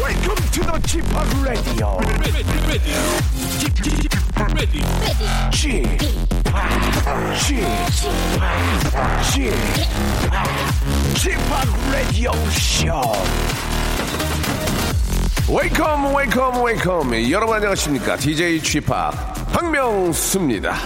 Welcome to the g p o p Radio. g p o p Radio Show. Welcome, welcome, welcome. 여러분 안녕하십니까? DJ g p o p 박명수입니다.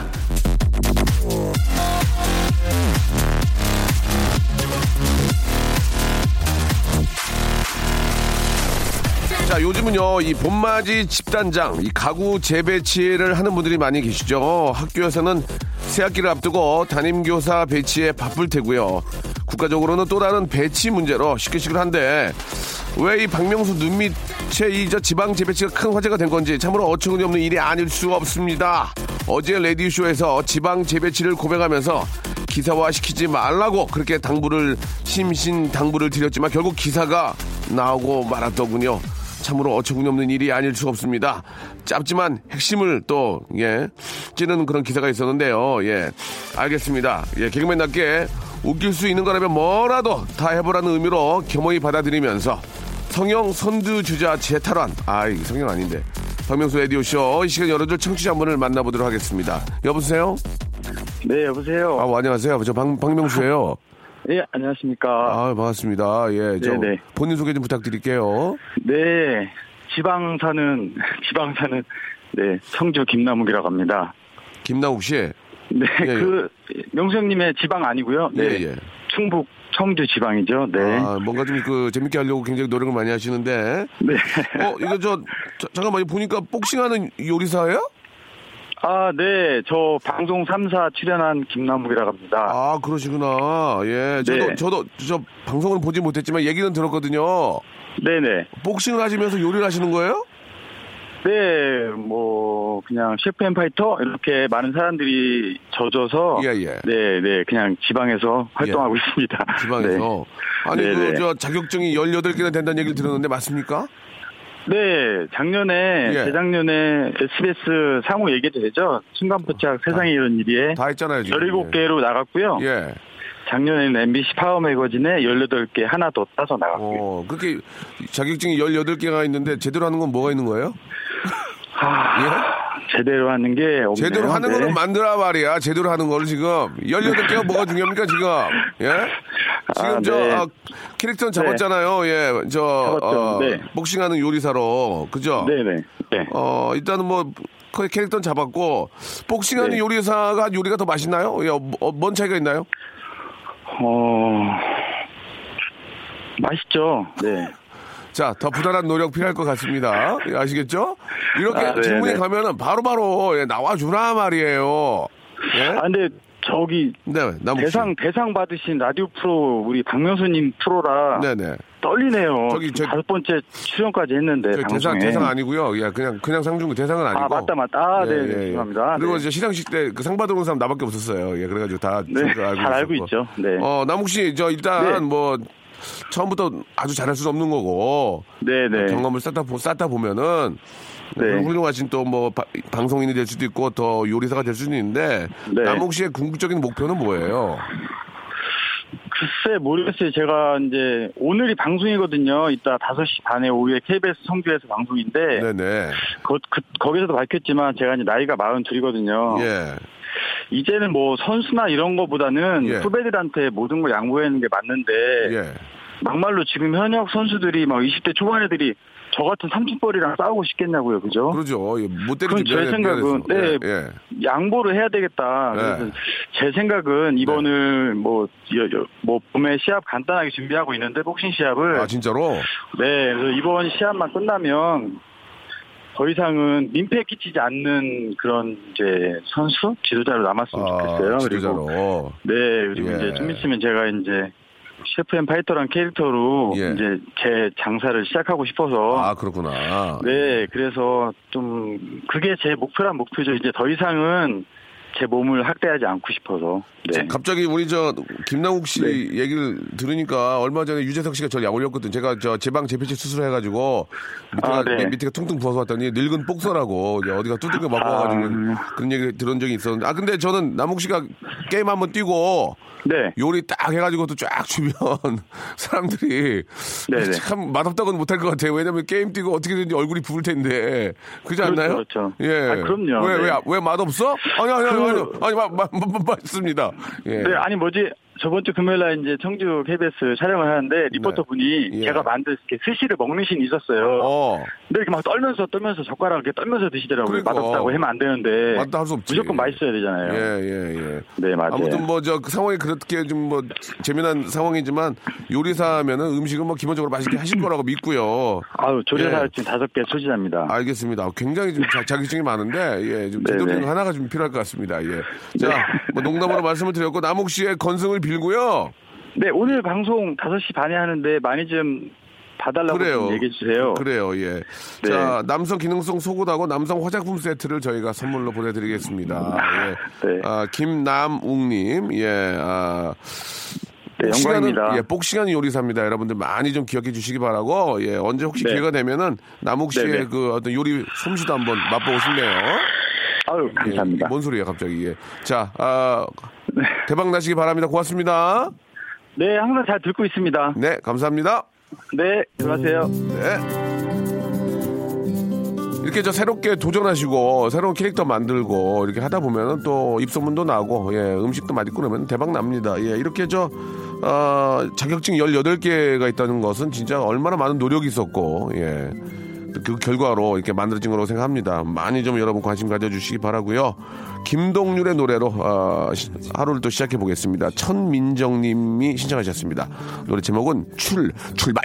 자, 요즘은요, 이 봄맞이 집단장, 이 가구 재배치를 하는 분들이 많이 계시죠. 학교에서는 새학기를 앞두고 담임교사 배치에 바쁠 테고요. 국가적으로는 또 다른 배치 문제로 시끌시끌 한데, 왜 이 박명수 눈 밑에 이 저 지방 재배치가 큰 화제가 된 건지 참으로 어처구니 없는 일이 아닐 수가 없습니다. 어제 레디쇼에서 지방 재배치를 고백하면서 기사화시키지 말라고 그렇게 당부를 심신 당부를 드렸지만 결국 기사가 나오고 말았더군요. 참으로 어처구니없는 일이 아닐 수 없습니다. 짧지만 핵심을 또, 예, 찌르는 그런 기사가 있었는데요. 예, 알겠습니다. 예, 개그맨답게 웃길 수 있는 거라면 뭐라도 다 해보라는 의미로 겸허히 받아들이면서 성형 선두 주자 재탈환. 아, 이게 성형 아닌데. 박명수 라디오쇼 이 시간 열어줄 청취자 한 분을 만나보도록 하겠습니다. 여보세요? 네, 여보세요. 아, 안녕하세요. 저 박, 박명수예요. 예, 안녕하십니까. 아, 반갑습니다. 예, 저 네네. 본인 소개 좀 부탁드릴게요. 네, 지방 사는, 지방 사는, 네, 청주 김남욱이라고 합니다. 김나욱 씨. 네, 예, 예. 그, 명수 형님의 지방 아니고요. 네, 예, 예. 충북 청주 지방이죠. 네. 아, 뭔가 좀 그 재밌게 하려고 굉장히 노력을 많이 하시는데. 네. 어, 이거 저 자- 잠깐만 이거 보니까 복싱하는 요리사예요? 아, 네, 저 방송 3사 출연한 김남욱이라고 합니다. 아, 그러시구나. 예. 저도 네. 저도 저 방송을 보지 못했지만 얘기는 들었거든요. 네네. 복싱을 하시면서 요리를 하시는 거예요? 네, 뭐, 그냥 셰프 앤 파이터? 이렇게 많은 사람들이 젖어서. 예, 예. 네, 네, 그냥 지방에서 활동하고 있습니다. 네. 지방에서. 아니, 그, 네네. 저, 자격증이 18개나 된다는 얘기를 들었는데, 맞습니까? 네, 작년에, 예. 재작년에 SBS 상호 예계대회죠. 순간포착 세상에 이런 일이에 아, 다 했잖아요, 지금. 17개로 나갔고요. 예. 작년에는 MBC 파워 매거진에 18개 하나 더 따서 나갔고요. 어, 그렇게 자격증이 18개가 있는데, 제대로 하는 건 뭐가 있는 거예요? 하, 아, 제대로 하는 게 없네요. 예. 제대로 하는 네. 거는 만들어 말이야. 제대로 하는 거를 지금. 18개가 뭐가 중요합니까, 지금? 예? 지금 아, 저, 네. 아, 캐릭터는 잡았잖아요. 예. 저, 잡았죠. 어, 네. 복싱하는 요리사로. 그죠? 네네. 네. 어, 일단은 뭐, 그 캐릭터는 잡았고, 복싱하는 네. 요리사가 한 요리가 더 맛있나요? 예, 어, 뭔 차이가 있나요? 어, 맛있죠. 네. 자, 더 부단한 노력 필요할 것 같습니다. 예, 아시겠죠? 이렇게 아, 네, 질문이 네. 가면은 바로바로 예, 나와주라 말이에요. 예? 아, 근데 저기 네, 남욱 씨. 대상 대상 받으신 라디오 프로 우리 박명수님 프로라 네네. 떨리네요. 저기, 저- 지금 다섯 번째 출연까지 했는데 저 대상 방송에. 대상 아니고요. 예, 그냥 그냥 상중 대상은 아니고. 예, 네, 아, 맞다, 맞다. 아, 네, 네, 죄송합니다. 그리고 네. 이제 시상식 때 그 상 받으러 온 사람 나밖에 없었어요. 예, 그래가지고 다 네, 저도 잘 알고 있었고. 있죠. 네. 어, 남욱 씨, 저 일단 네. 뭐 처음부터 아주 잘할 수는 없는 거고. 네네. 아, 경험을 쌓다, 보- 쌓다 보면은 네. 그런 훌륭하신 또 뭐 방송인이 될 수도 있고 더 요리사가 될 수도 있는데 네. 남욱 씨의 궁극적인 목표는 뭐예요? 글쎄 모르겠어요. 제가 이제 오늘이 방송이거든요. 이따 5시 반에 오후에 KBS 성주에서 방송인데 네, 네. 거, 기서도 밝혔지만 제가 이제 나이가 42거든요. 예. 이제는 뭐 선수나 이런 거보다는 예. 후배들한테 모든 걸 양보하는 게 맞는데 예. 막말로 지금 현역 선수들이 막 20대 초반 애들이 저 같은 삼촌벌이랑 싸우고 싶겠냐고요. 그죠? 그러죠. 예, 못 때리기 그건 제 생각은 네, 예. 예. 양보를 해야 되겠다. 네. 그래서 제 생각은 이번을 뭐, 여- 여- 뭐 봄에 시합 간단하게 준비하고 예. 있는데 복싱 시합을 아 진짜로? 네 그래서 이번 시합만 끝나면 더 이상은 민폐 끼치지 않는 그런 이제 선수 지도자로 남았으면 좋겠어요. 아, 그리고 지도자로. 네 그리고 예. 이제 좀 있으면 제가 이제 셰프 앤 파이터란 캐릭터로 예. 이제 제 장사를 시작하고 싶어서 아, 그렇구나. 네, 그래서 좀 그게 제 목표란 목표죠. 이제 더 이상은 제 몸을 학대하지 않고 싶어서. 네. 갑자기 우리 저 김남국 씨 얘기를 들으니까 얼마 전에 유재석 씨가 저를 약 올렸거든. 제가 저 제방 재배치 수술해가지고 밑에가, 아, 네. 밑에가 퉁퉁 부어서 왔더니 늙은 복서라고 이제 어디가 뚜둥겨 맞고 와가지고 아. 그런 얘기 들은 적이 있었는데 아 근데 저는 남욱 씨가 게임 한번 뛰고 네. 요리 딱 해가지고 또 쫙 주면 사람들이 네네. 참 맛없다고는 못할 것 같아요. 왜냐면 게임 뛰고 어떻게든지 얼굴이 부을 텐데 그렇지 않나요? 그렇죠, 그렇죠. 예. 아, 그럼요. 왜 네. 왜 왜 맛없어? 아니 아니 아니 그- 아니 아니 맛맛맛 맛있습니다. 예. 네, 아니 뭐지? 저번 주 금요일 날 이제 청주 KBS 촬영을 하는데 리포터 분이 네. 예. 제가 만든 이렇게 스시를 먹는 신이 있었어요. 어. 근데 이렇게 막 떨면서 떨면서 젓가락 이렇게 떨면서 드시더라고요. 그러니까. 맛없다고 하면 안 되는데. 맛도 할수 없지. 무조건 맛있어야 예, 되잖아요. 예, 예. 네, 맞아요. 아무튼 뭐 저 상황이 그렇게 좀 뭐 재미난 상황이지만 요리사 하면은 음식은 뭐 기본적으로 맛있게 하실 거라고 믿고요. 아유, 조리사 예. 아. 지금 다섯 개 소지자입니다. 알겠습니다. 굉장히 좀 자, 자격증이 많은데 예좀 네네. 네. 제도증 하나가 좀 필요할 것 같습니다. 예. 자, 뭐 농담으로 말씀을 드렸고 남욱 씨의 건승을 빌고요. 네, 오늘 방송 5시 반에 하는데 많이 좀 봐달라고 그래요. 좀 얘기해 주세요. 그래요. 예. 네. 자, 남성 기능성 속옷하고 남성 화장품 세트를 저희가 선물로 보내드리겠습니다. 예. 네. 아, 김남욱님, 예. 아, 네, 영광입니다. 시간은, 예, 복 시간 요리사입니다. 여러분들 많이 좀 기억해 주시기 바라고, 예, 언제 혹시 네. 기회가 되면은 남욱 씨의 네네. 그 어떤 요리 솜씨도 한번 맛보고 싶네요. 아유, 예, 감사합니다. 뭔 소리예요, 갑자기? 예. 자, 아, 대박 나시기 바랍니다. 고맙습니다. 네, 항상 잘 듣고 있습니다. 네, 감사합니다. 네, 들어가세요. 네. 이렇게 저 새롭게 도전하시고 새로운 캐릭터 만들고 이렇게 하다 보면은 또 입소문도 나고 예, 음식도 맛있고 그러면 대박 납니다. 예, 이렇게 저 어, 자격증 18개가 있다는 것은 진짜 얼마나 많은 노력이 있었고 예. 그 결과로 이렇게 만들어진 거라고 생각합니다. 많이 좀 여러분 관심 가져주시기 바라고요. 김동률의 노래로 어, 시- 하루를 또 시작해 보겠습니다. 천민정님이 신청하셨습니다. 노래 제목은 출 출발.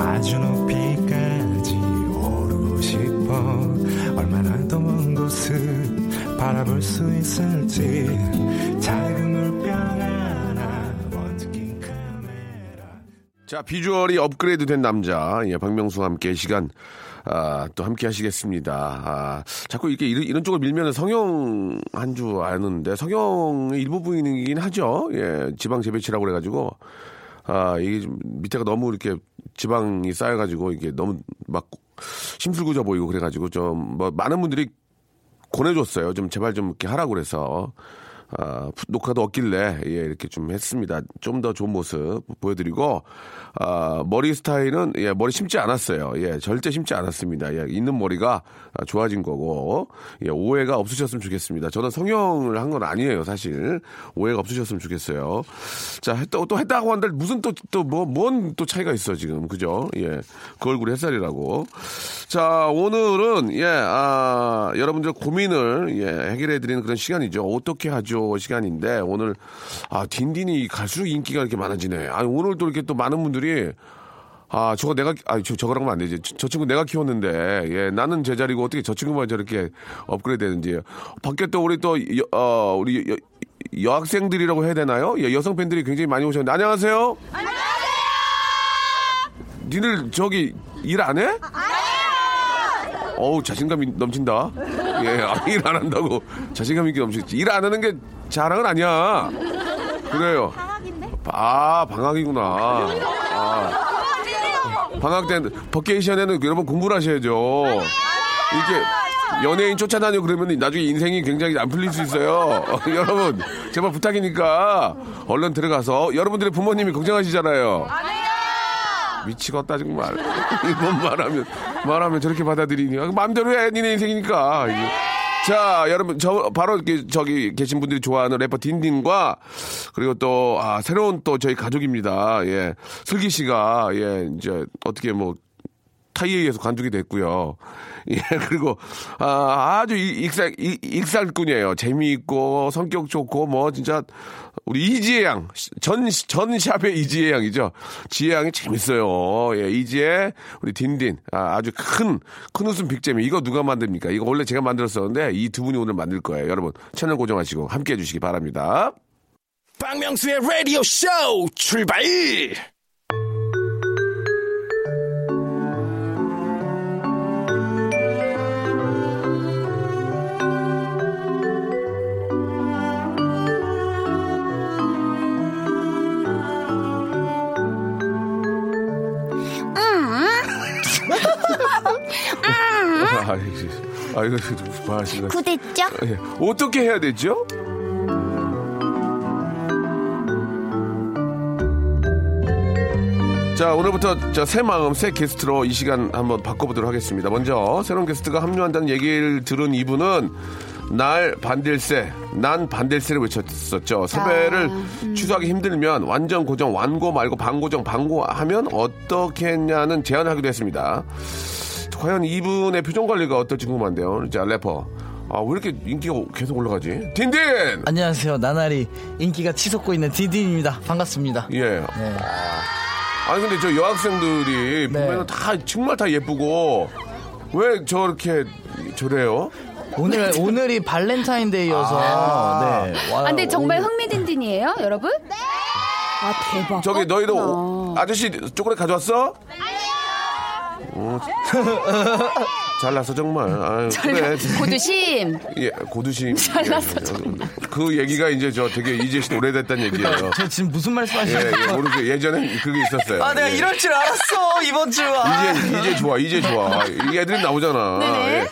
아주 높이까지 오르고 싶어 얼마나 더 먼 곳을 바라볼 수 있을지 작은 물병 하나 원스킨 카메라 자, 비주얼이 업그레이드 된 남자, 예, 박명수와 함께 시간, 아, 또 함께 하시겠습니다. 아, 자꾸 이렇게 이런, 이런 쪽을 밀면 성형 한 줄 아는데, 성형의 일부분이긴 하죠. 예, 지방 재배치라고 그래가지고, 아, 이게 좀 밑에가 너무 이렇게 지방이 쌓여가지고, 이게 너무 막 심술궂어 보이고 그래가지고, 좀, 뭐, 많은 분들이 권해줬어요. 좀 제발 좀 이렇게 하라고 그래서. 아, 푸- 녹화도 없길래, 예, 이렇게 좀 했습니다. 좀 더 좋은 모습 보여드리고, 아, 머리 스타일은, 예, 머리 심지 않았어요. 예, 절대 심지 않았습니다. 예, 있는 머리가 아, 좋아진 거고, 예, 오해가 없으셨으면 좋겠습니다. 저는 성형을 한 건 아니에요, 사실. 오해가 없으셨으면 좋겠어요. 자, 했다, 또 했다고 한들 무슨 또, 또 뭐, 뭔 또 차이가 있어, 지금. 그죠? 예, 그 얼굴이 햇살이라고. 자, 오늘은, 예, 아, 여러분들 고민을, 예, 해결해드리는 그런 시간이죠. 어떻게 하죠? 시간인데, 오늘, 아, 딘딘이 갈수록 인기가 이렇게 많아지네. 아, 오늘 또 이렇게 또 많은 분들이, 아, 저거 내가, 아, 저, 저거라고 하면 안 되지. 저, 저 친구 내가 키웠는데, 예, 나는 제자리고 어떻게 저 친구만 저렇게 업그레이드 되는지. 밖에 또 우리 또, 여, 어, 우리 여, 여학생들이라고 해야 되나요? 예, 여성 팬들이 굉장히 많이 오셨는데, 안녕하세요? 안녕하세요! 니들 저기 일 안 해? 어우 자신감이 넘친다. 예, 일 안 한다고 자신감 있게 넘치지. 일 안 하는 게 자랑은 아니야. 그래요. 방학인데? 아 방학이구나. 아. 방학 때 버케이션에는 여러분 공부를 하셔야죠. 이렇게 연예인 쫓아다녀 그러면 나중에 인생이 굉장히 안 풀릴 수 있어요. 여러분 제발 부탁이니까 얼른 들어가서 여러분들의 부모님이 걱정하시잖아요. 미치겠다 정말 이건 말하면 말하면 저렇게 받아들이니 아, 마음대로 해 니네 인생이니까 이거. 자 여러분 저 바로 이렇게 저기 계신 분들이 좋아하는 래퍼 딘딘과 그리고 또 아, 새로운 또 저희 가족입니다 예 슬기 씨가 예 이제 어떻게 뭐 타이에 의해서 관두게 됐고요. 예, 그리고 아, 아주 이- 익살 이- 익살꾼이에요. 재미있고 성격 좋고 뭐 진짜 우리 이지혜 양, 전, 전 샵의 이지혜 양이죠. 지혜 양이 재밌어요. 예, 이지혜, 우리 딘딘. 아, 아주 큰, 큰 웃음 빅잼이. 이거 누가 만듭니까? 이거 원래 제가 만들었었는데 이 두 분이 오늘 만들 거예요. 여러분, 채널 고정하시고 함께 해주시기 바랍니다. 박명수의 라디오 쇼 출발! 아, 이거, 아, 이거 좀 말하시네. 구됐죠? 예, 어떻게 해야 되죠? 자, 오늘부터 저 새 마음, 새 게스트로 이 시간 한번 바꿔보도록 하겠습니다. 먼저 새로운 게스트가 합류한다는 얘기를 들은 이분은 날 반댈세, 난 반댈세를 외쳤었죠. 섭외를 취소하기 힘들면 완전 고정, 완고 말고 반고정, 반고하면 어떻게 했냐는 제안하기도 했습니다. 과연 이분의 표정 관리가 어떨지 궁금한데요. 이제 래퍼. 아, 왜 이렇게 인기가 계속 올라가지? 딘딘! 안녕하세요. 나날이 인기가 치솟고 있는 디딘입니다. 반갑습니다. 예. 네. 아니, 근데 저 여학생들이 네. 보면은 다, 정말 다 예쁘고, 왜 저렇게 저래요? 오늘 네. 오늘이 발렌타인데이여서 네. 와, 아, 근데 정말 오늘- 흥미진진이에요, 여러분? 아 대박. 저기 너희도 오- 아저씨 초콜릿 가져왔어? 아니요. 잘났어 정말. 아유, 그래. 고두심. 어. 예, 고두심. 잘났어, 예, 그 얘기가 이제 저 되게 이제 씨 오래됐단 얘기예요. 저 지금 무슨 예, 말씀하시는 예, 모르죠. 예전엔 그게 있었어요. 아, 내가 예. 이럴 줄 알았어. 이번 주. 아. 이제 이제 좋아 이제 좋아 이 애들이 나오잖아. 네네.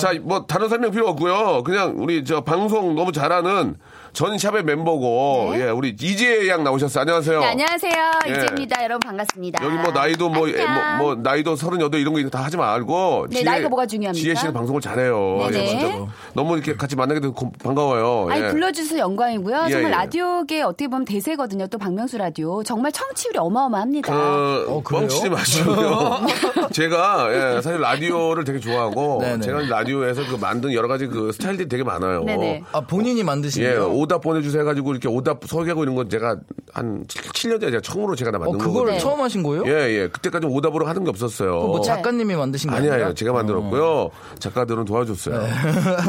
자 뭐 다른 설명 필요 없고요. 그냥 우리 저 방송 너무 잘하는 전 샵의 멤버고 예 우리 이재 양 나오셨어요. 안녕하세요. 네, 안녕하세요. 예. 이재입니다. 여러분 반갑습니다. 여기 뭐 나이도 뭐, 예, 안녕. 뭐, 뭐 나이도 38 이런 거 다 하지 말고 네, 나이가 뭐가 중요합니까? 지혜 씨는 방송을 잘해요. 네네. 예, 진짜로. 너무 이렇게 같이 만나게 돼서 고- 반가워요. 아니 예. 불러주셔서 영광이고요. 예, 정말 예. 라디오계 어떻게 보면 대세거든요. 또 박명수 라디오 정말 청취율이 어마어마합니다. 그렇죠. 그, 어, 그래요? 뻥치지 마시고요. 제가, 예, 사실 라디오를 되게 좋아하고, 네네. 제가 라디오에서 그 만든 여러 가지 그 스타일들이 되게 많아요. 네네. 아, 본인이 만드신 예, 거예요? 오답 보내주세요 해가지고 이렇게 오답 소개하고 이런 건 제가 한 7년 전에 제가 처음으로 제가 다 어, 만든 그거를 거거든요. 처음 하신 거예요? 예, 예. 그때까지 오답으로 하는 게 없었어요. 뭐 네. 작가님이 만드신 거 아니, 아니에요? 어. 네. 아니요. 제가 만들었고요. 작가들은 도와줬어요.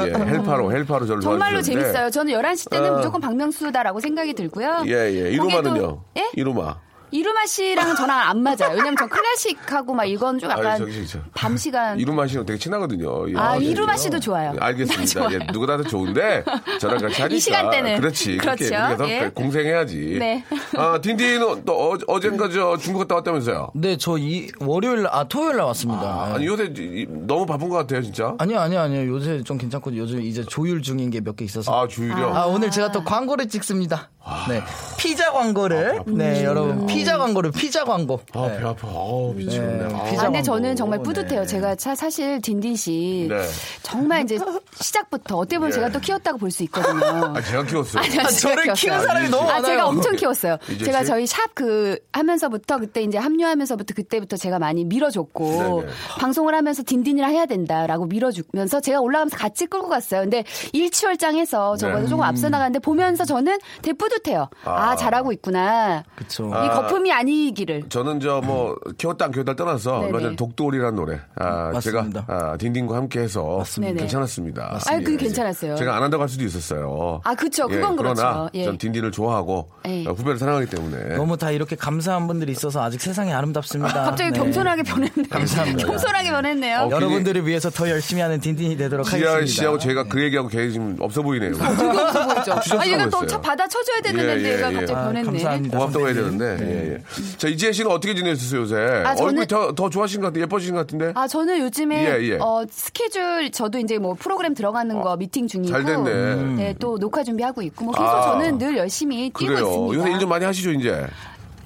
예, 헬파로, 헬파로 저를 정말로 도와주셨는데. 재밌어요. 저는 11시 때는 어. 무조건 박명수다라고 생각이 들고요. 예, 예. 거기에도- 이루마는요? 예? 이루마. 이루마 씨랑 저랑 안 맞아요. 왜냐면 저 클래식하고 막 이건 좀 아니, 약간 저기, 저기, 저기. 밤 시간. 이루마 씨랑 되게 친하거든요. 예. 아, 이루마 씨도 좋아요. 알겠습니다. 예, 누구나 다 좋은데 저랑 같이 하니까 이 시간대는. 그렇지. 그렇게 그렇죠. 우리가 더 그러니까 예. 공생해야지. 네. 아 딘딘은 또 어, 어젠가 저 중국 갔다 왔다면서요? 네, 저 이 월요일 날- 아 토요일 날 왔습니다. 네. 아니 요새 이- 너무 바쁜 것 같아요 진짜. 아니요, 아니요, 아니요. 요새 좀 괜찮고 요즘 이제 조율 중인 게 몇 개 있어서. 아 주유령. 아, 오늘 제가 또 광고를 찍습니다. 네. 피자 광고를. 네, 여러분. 피자 광고를, 피자 광고. 아, 네. 배 아파. 아, 미치겠네. 아. 피자 아, 근데 광고. 저는 정말 뿌듯해요. 네. 제가 차- 사실 딘딘 씨 네. 정말 이제 시작부터 어떻게 보면 예. 제가 또 키웠다고 볼 수 있거든요. 아, 제가 키웠어요. 아니, 아니, 제가 저를 키웠어요. 키운 사람이 너무 아, 많아요. 제가 엄청 키웠어요. 이제 제가 지- 저희 샵 그 하면서부터 그때 이제 합류하면서부터 그때부터 제가 많이 밀어줬고 네네. 방송을 하면서 딘딘이랑 해야 된다라고 밀어주면서 제가 올라가면서 같이 끌고 갔어요. 근데 일치월장해서 저거서 조금 앞서 나갔는데 보면서 저는 되게 뿌듯해요. 아, 아. 잘하고 있구나. 그쵸. 이 거품이 아니기를. 저는 저 뭐 키웠다 안 키웠다 떠나서 얼마 전에 네. 네네. 독도리라는 노래 아, 맞습니다. 제가 아, 딘딘과 함께해서 맞습니다. 네네. 괜찮았습니다. 맞습니다. 아유, 그게 괜찮았어요. 제가 안 한다고 할 수도 있었어요. 아, 그쵸. 그건 러나 그렇죠. 예. 전 딘딘을 좋아하고 예. 어, 후배를 사랑하기 때문에 너무 다 이렇게 감사한 분들이 있어서 아직 세상이 아름답습니다. 갑자기 네. 겸손하게 변했네요. 감사합니다. 겸손하게 변했네요. 어, 여러분들을 위해서 더 열심히 하는 딘딘이 되도록 지아 하겠습니다. 네. 씨하고 제가 그 얘기하고 계획이 지금 없어 보이네요. 그거 없어 보이죠. 추천하고 아, 얘가 또 있어요. 차 받아 쳐줘야 예, 되는데 예, 얘가 예. 갑자기 아, 변했네. 감사합니다. 고맙다고 해야 되는데. 네. 예, 예. 자, 이지혜 씨는 어떻게 지내셨어요, 요새? 아, 저는- 얼굴이 더, 더 좋아하신 것 같은데, 예뻐지신 것 같은데? 아, 저는 요즘에 예, 예. 어, 스케줄 저도 이제 뭐 프로그램 들어가는 거 미팅 중이고 잘 됐네. 네, 또 녹화 준비하고 있고 뭐 계속 아. 저는 늘 열심히 뛰고 그래요. 있습니다. 요새 일 좀 많이 하시죠, 이제?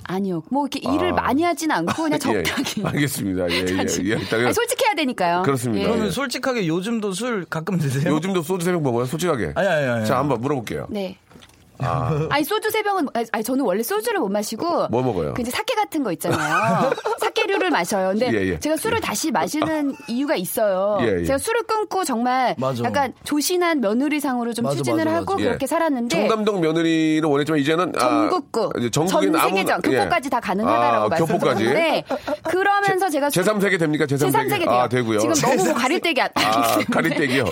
아니요. 뭐 이렇게 일을 많이 하진 않고 그냥 예, 예. 적당히. 알겠습니다. 예, 예, 예. 일단 아니, 솔직해야 되니까요. 그렇습니다. 예. 그러면 예. 솔직하게 요즘도 술 가끔 드세요? 뭐- 요즘도 소주 세병 먹어요, 솔직하게. 아니, 아니, 아니, 아니. 자, 한번 물어볼게요. 네. 아. 아니 소주 세 병은 아니 저는 원래 소주를 못 마시고 뭐 먹어요? 그 이제 사케 같은 거 있잖아요. 사케류를 마셔요. 근데 예, 예. 제가 술을 다시 마시는 이유가 있어요. 예, 예. 제가 술을 끊고 정말 맞아. 약간 조신한 며느리상으로 좀 맞아, 추진을 맞아, 하고 맞아. 그렇게 예. 살았는데 청담동 며느리는 원했지만 이제는 아, 전국구, 이제 전 전국인 아무- 예. 세계전, 교포까지 다 가능하다라고 아, 교포까지? 말씀드렸는데 그러면서 제가 제 삼 세계 됩니까? 제 삼 세계. 제3세계 돼요. 아, 되고요. 지금 너무 제 뭐 가릴 때기 아, 아, 가릴 때기요.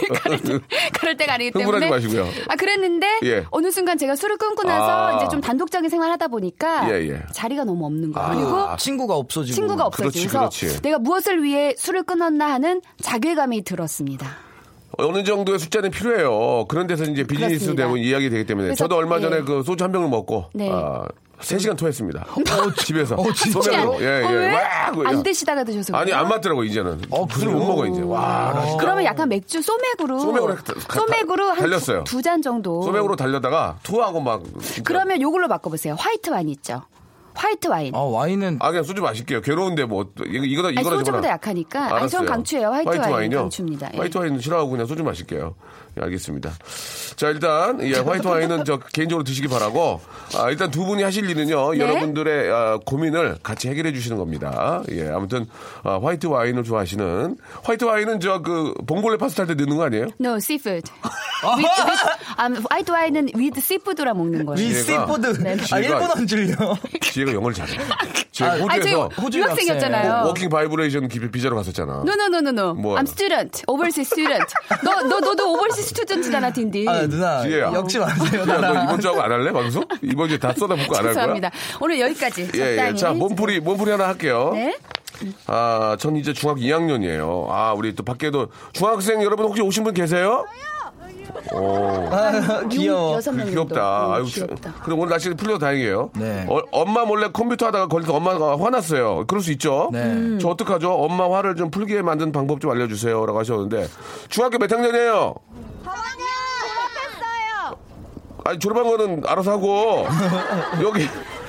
가릴 때가 아니기 때문에 흥분하지 마시고요. 아 그랬는데 예. 어느 순간 제가 술을 끊고 나서 아. 이제 좀 단독적인 생활하다 보니까 예, 예. 자리가 너무 없는 거예요. 아. 그리고 친구가 없어지고. 친구가 없어지고 그렇지, 그래서 그렇지. 내가 무엇을 위해 술을 끊었나 하는 자괴감이 들었습니다. 어느 정도의 숫자는 필요해요. 그런 데서 이제 비즈니스 그렇습니다. 되고 이야기 되기 때문에. 그래서, 저도 얼마 예. 전에 그 소주 한 병을 먹고 네. 아, 3시간 토했습니다. 집에서. 진짜요? 소맥으로. 예, 예. 어, 왜? 와, 그거 안 야. 드시다가 드셔서 아니 그래요? 안 맞더라고 이제는 어, 술을 그래요? 못 먹어 이제 와 나 진짜 그러면 약간 맥주 소맥으로 소맥으로 가- 가- 소맥으로 달렸어요. 한 두 잔 정도 소맥으로 달려다가 토하고 막 진짜. 그러면 요걸로 바꿔보세요. 화이트 와인 있죠. 화이트 와인. 아 와인은 아 그냥 소주 마실게요 괴로운데 뭐 어떠- 이거 이거다 아니, 이거다 소주보다 저거다. 약하니까. 아니, 알았어요. 저는 강추예요. 화이트, 와인 와인이요? 강추입니다. 예. 화이트 와인 싫어하고 그냥 소주 마실게요 예, 알겠습니다 자 일단 예, 화이트 와인은 저 개인적으로 드시기 바라고 아, 일단 두 분이 하실 일은요 네. 여러분들의 아, 고민을 같이 해결해 주시는 겁니다 예 아무튼 아, 화이트 와인을 좋아하시는 화이트 와인은 저 그 봉골레 파스타 할 때 넣는 거 아니에요? No seafood. with, with, 아, 화이트 와인은 with seafood라 먹는 거예요. 위시푸드. 네. 아 지혜가- 일본어인 줄요. 지혜가 영어를 잘해. 지혜가 아, 저희 호주에서 호주 유학생이었잖아요. 네. 워킹 바이브레이션 기- 비자로 갔었잖아. No, no, no, no, no. 뭐야? I'm student. Overseas student. 너, 너, 너도 overseas student잖아, 딘딘. 아 누나 지혜야. 역지 마세요. 야, 너 나랑. 이번 주하고 안 할래? 방송? 이번 주에 다 쏟아붓고 안 할 거야? 죄송합니다. 오늘 여기까지. 예, 예. 적당히. 자, 몸풀이, 몸풀이 하나 할게요. 네. 아, 전 이제 중학 2학년이에요. 아, 우리 또 밖에도 중학생 여러분 혹시 오신 분 계세요? 어. 아, 귀여워. 여섯 명 그, 정도. 귀엽다. 음, 아유, 귀엽다. 그럼 오늘 날씨가 풀려서 다행이에요. 네. 어, 엄마 몰래 컴퓨터 하다가 걸려서 엄마가 화났어요. 그럴 수 있죠. 네. 음. 저 어떡하죠? 엄마 화를 좀 풀게 만든 방법 좀 알려주세요. 라고 하셨는데, 중학교 몇 학년이에요? 아니 졸업한 거는 알아서 하고 여기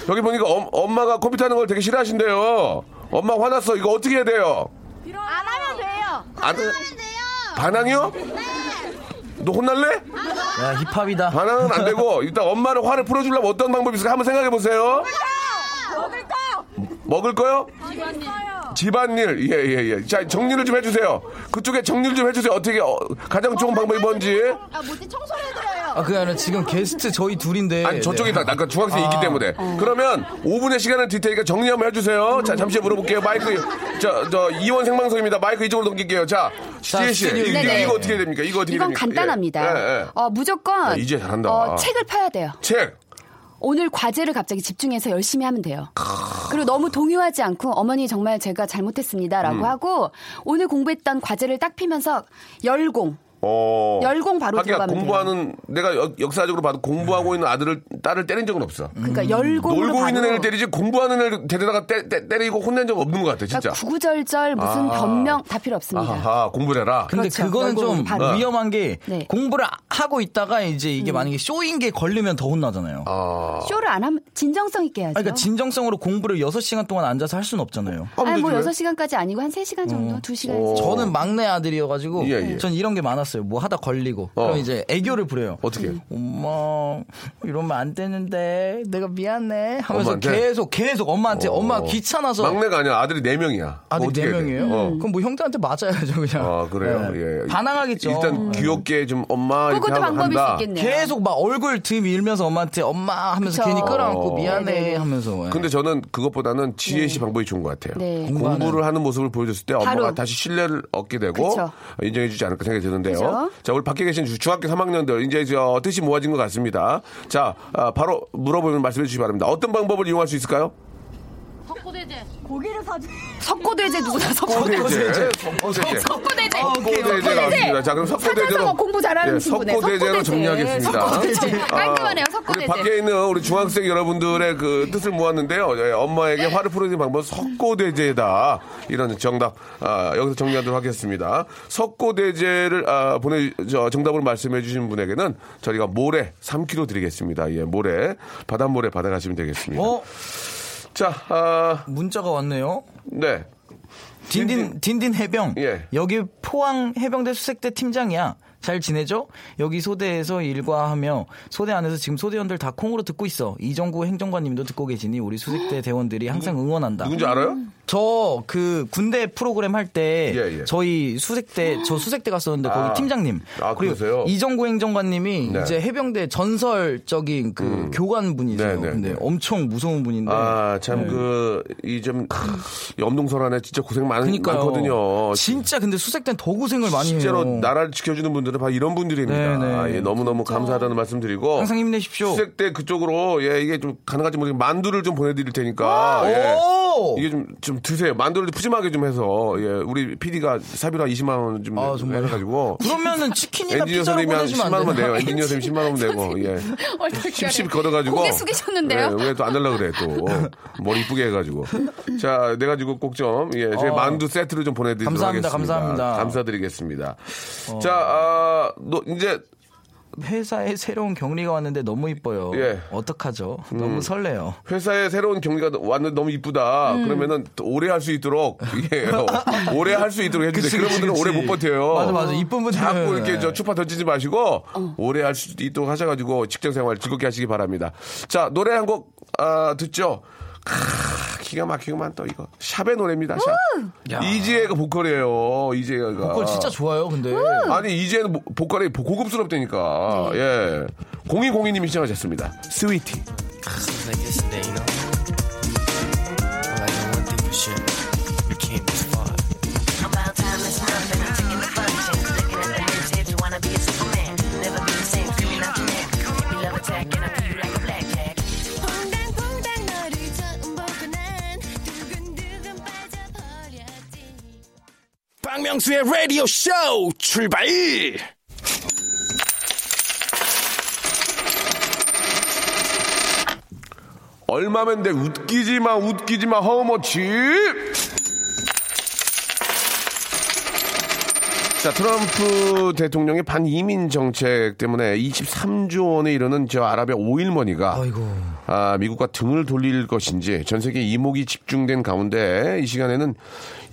여기 보니까 엄, 엄마가 컴퓨터 하는 걸 되게 싫어하신대요. 엄마 화났어. 이거 어떻게 해야 돼요? 안 하면 돼요. 안 반항이요? 너 혼날래? 야 아, 힙합이다. 반항은 안 되고 일단 엄마를 화를 풀어주려면 어떤 방법이 있을까 한번 생각해 보세요. 먹을 거. 먹을 거요? 집안일 예예예. 자 정리를 좀 해주세요. 그쪽에 정리를 좀 해주세요. 어떻게 어, 가장 좋은 방법이 뭔지. 아 뭐지 청소를 해드려요. 아 그게 아니라 지금 게스트 저희 둘인데. 아니 저쪽이 네. 다 아까 어. 중학생이 있기 때문에 그러면 5분의 시간을 드릴 테니까 정리 한번 해주세요 자 잠시 물어볼게요 마이크 저, 저 이원 생방송입니다 마이크 이쪽으로 넘길게요 자 자, 지혜씨 스튜디오. 이거, 네네. 이거 어떻게 됩니까 이거 어떻게 이건 됩니까 간단합니다. 예, 예, 예. 어, 무조건 야, 이제 잘한다. 어, 책을 펴야 돼요. 책 오늘 과제를 갑자기 집중해서 열심히 하면 돼요. 그리고 너무 동요하지 않고 어머니 정말 제가 잘못했습니다라고 음. 하고 오늘 공부했던 과제를 딱 피면서 열공. 어. 열공 바로 하기야 들어가면 공부하는 내가 역- 역사적으로 봐도 공부하고 있는 아들을 딸을 때린 적은 없어 그러니까 음. 열공으로 놀고 있는 바로 애를 때리지 공부하는 애를 데려다가 때, 때, 때리고 혼낸 적 없는 것 같아 진짜 그러니까 구구절절 무슨 아. 변명 다 필요 없습니다. 아하 공부를 해라 근데 그렇죠. 그거는 얼굴은 좀 바로. 위험한 게 네. 음. 공부를 하고 있다가 이제 이게 만약에 쇼인 게 걸리면 더 혼나잖아요. 쇼를 안 하면 진정성 있게 해야죠. 아니, 그러니까 진정성으로 공부를 6시간 동안 앉아서 할 수는 없잖아요. 아니, 뭐 6시간까지 아니고 한 3시간 정도? 어. 2시간 저는 막내 아들이어가지고 예, 예. 전 이런 게 많았어요. 뭐 하다 걸리고 어. 그럼 이제 애교를 부려요. 어떻게? 음. 엄마 이러면 안 되는데 내가 미안해 하면서 엄마한테? 어. 계속 계속 엄마한테 엄마 귀찮아서 막내가 아니야 아들이 4명이야 어. 아들 네 명이에요. 그럼 뭐 형들한테 맞아야죠 그냥. 네. 아 그래요. 예. 반항하겠죠. 음. 일단 귀엽게 좀 엄마 이렇게 그것도 하고 방법일 한다. 수 있겠네요. 계속 막 얼굴 들밀면서 엄마한테 엄마 하면서 그쵸. 네, 괜히 끌어안고 어. 미안해 하면서. 예. 근데 저는 그것보다는 지혜 씨 방법이 좋은 것 같아요. 네. 공부를 하는 모습을 보여줬을 때 엄마가 바로. 다시 신뢰를 얻게 되고 그쵸. 인정해주지 않을까 생각이 드는데요. 그죠? 자, 오늘 밖에 계신 주- 중학교 3학년들 이제 저 뜻이 모아진 것 같습니다. 자, 아, 바로 물어보면 말씀해 주시기 바랍니다. 어떤 방법을 이용할 수 있을까요? 고기를 사주. 석고대제 어. 누구나 석고대제. 석고대제. 네, 석고대제. 석고대제. 어, 뭐. 석고대제가 왔습니다. 자, 그럼 사전서 석고대제로 뭐 공부 잘하는 예, 친구네. 석고대제로 석고대제. 정리하겠습니다. 석고대제. 아, 깔끔하네요. 아, 우리 석고대제. 밖에 있는 우리 중학생 여러분들의 그 뜻을 모았는데요. 예, 엄마에게 화를 풀어주는 방법 석고대제다. 이런 정답 아, 여기서 정리하도록 하겠습니다. 석고대제를 아, 보내 저, 정답을 말씀해 주신 분에게는 저희가 모래 3kg 드리겠습니다. 예, 모래 바닷모래 받아가시면 되겠습니다. 어 자, 아, 문자가 왔네요. 네. 딘딘 딘딘 해병. 예. 여기 포항 해병대 수색대 팀장이야. 잘 지내죠? 여기 소대에서 일과하며 소대 안에서 지금 소대원들 다 콩으로 듣고 있어. 이정구 행정관님도 듣고 계시니 우리 수색대 대원들이 항상 응원한다. 누군지 알아요? 저 그 군대 프로그램 할 때 예, 예. 저희 수색대 저 수색대 갔었는데 아. 거기 팀장님 아, 그러세요? 이정구 행정관님이 네. 음. 이제 해병대 전설적인 그 교관 분이세요. 네, 네, 근데 네. 엄청 무서운 분인데 네. 아, 참, 그, 이 좀, 염동설 안에 진짜 고생 많, 그니까요. 많거든요. 진짜 근데 수색대는 더 고생을 많이 해요. 실제로 나라를 지켜주는 분들은 바로 이런 분들입니다. 네, 네. 아, 예, 너무너무 감사하다는 말씀 드리고. 항상 힘내십시오. 수색 때 그쪽으로, 예, 이게 좀 가능할지 모르겠는데, 만두를 좀 보내드릴 테니까. 예. 아, 오! 이게 좀, 좀 드세요. 만두를 푸짐하게 좀 해서, 예, 우리 PD가 사비로 한 20만원 좀 아, 정말요? 해가지고. 그러면은 치킨이나 엔지니어 피자로 선생님이 한 보내시면 안 10만원 되나요? 내요. 엔지니어 선생님 10만원 내고, 예. 십십 걸어가지고. 네. 음. 고개 숙이셨는데요. 왜 또 안 달라 그래, 또. 머리 이쁘게 해가지고. 자, 내가지고 꼭 좀, 예, 저희 어. 만두 세트를 좀 보내드리도록 감사합니다, 하겠습니다. 감사합니다. 어. 감사드리겠습니다. 자, 아, 너, 이제, 회사에 새로운 격리가 왔는데 너무 이뻐요. 예. 어떡하죠? 너무 설레요. 회사에 새로운 격리가 왔는데 너무 이쁘다. 음. 그러면은 오래 할 수 있도록 예, 오래 할 수 있도록 해주세요. 그치, 그런 그치, 분들은 그치. 오래 못 버텨요. 맞아, 맞아. 이쁜 분들은. 어. 자꾸 이렇게 저 추파 던지지 마시고 오래 할 수 있도록 하셔가지고 직장 생활 즐겁게 하시기 바랍니다. 자 노래 한 곡 아, 듣죠. 캬, 기가 막히고만 또 이거 샵의 노래입니다. 샵. 이지혜가 보컬이에요. 이지혜가 그걸 진짜 좋아요, 근데. 아니 이제는 보- 보컬이 보- 고급스럽다니까. 네. 예. 공이공이님이 시청하셨습니다. 스위티. 퐁당퐁당 너를 처음 보고 난 두근두근 빠져버렸지 박명수의 라디오 쇼 출발! 얼마면 돼? 웃기지 마, 웃기지 마, 허머치! 자, 트럼프 대통령의 반이민 정책 때문에 23조 원에 이르는 저 아랍의 오일머니가 아이고. 아, 미국과 등을 돌릴 것인지 전 세계 이목이 집중된 가운데 이 시간에는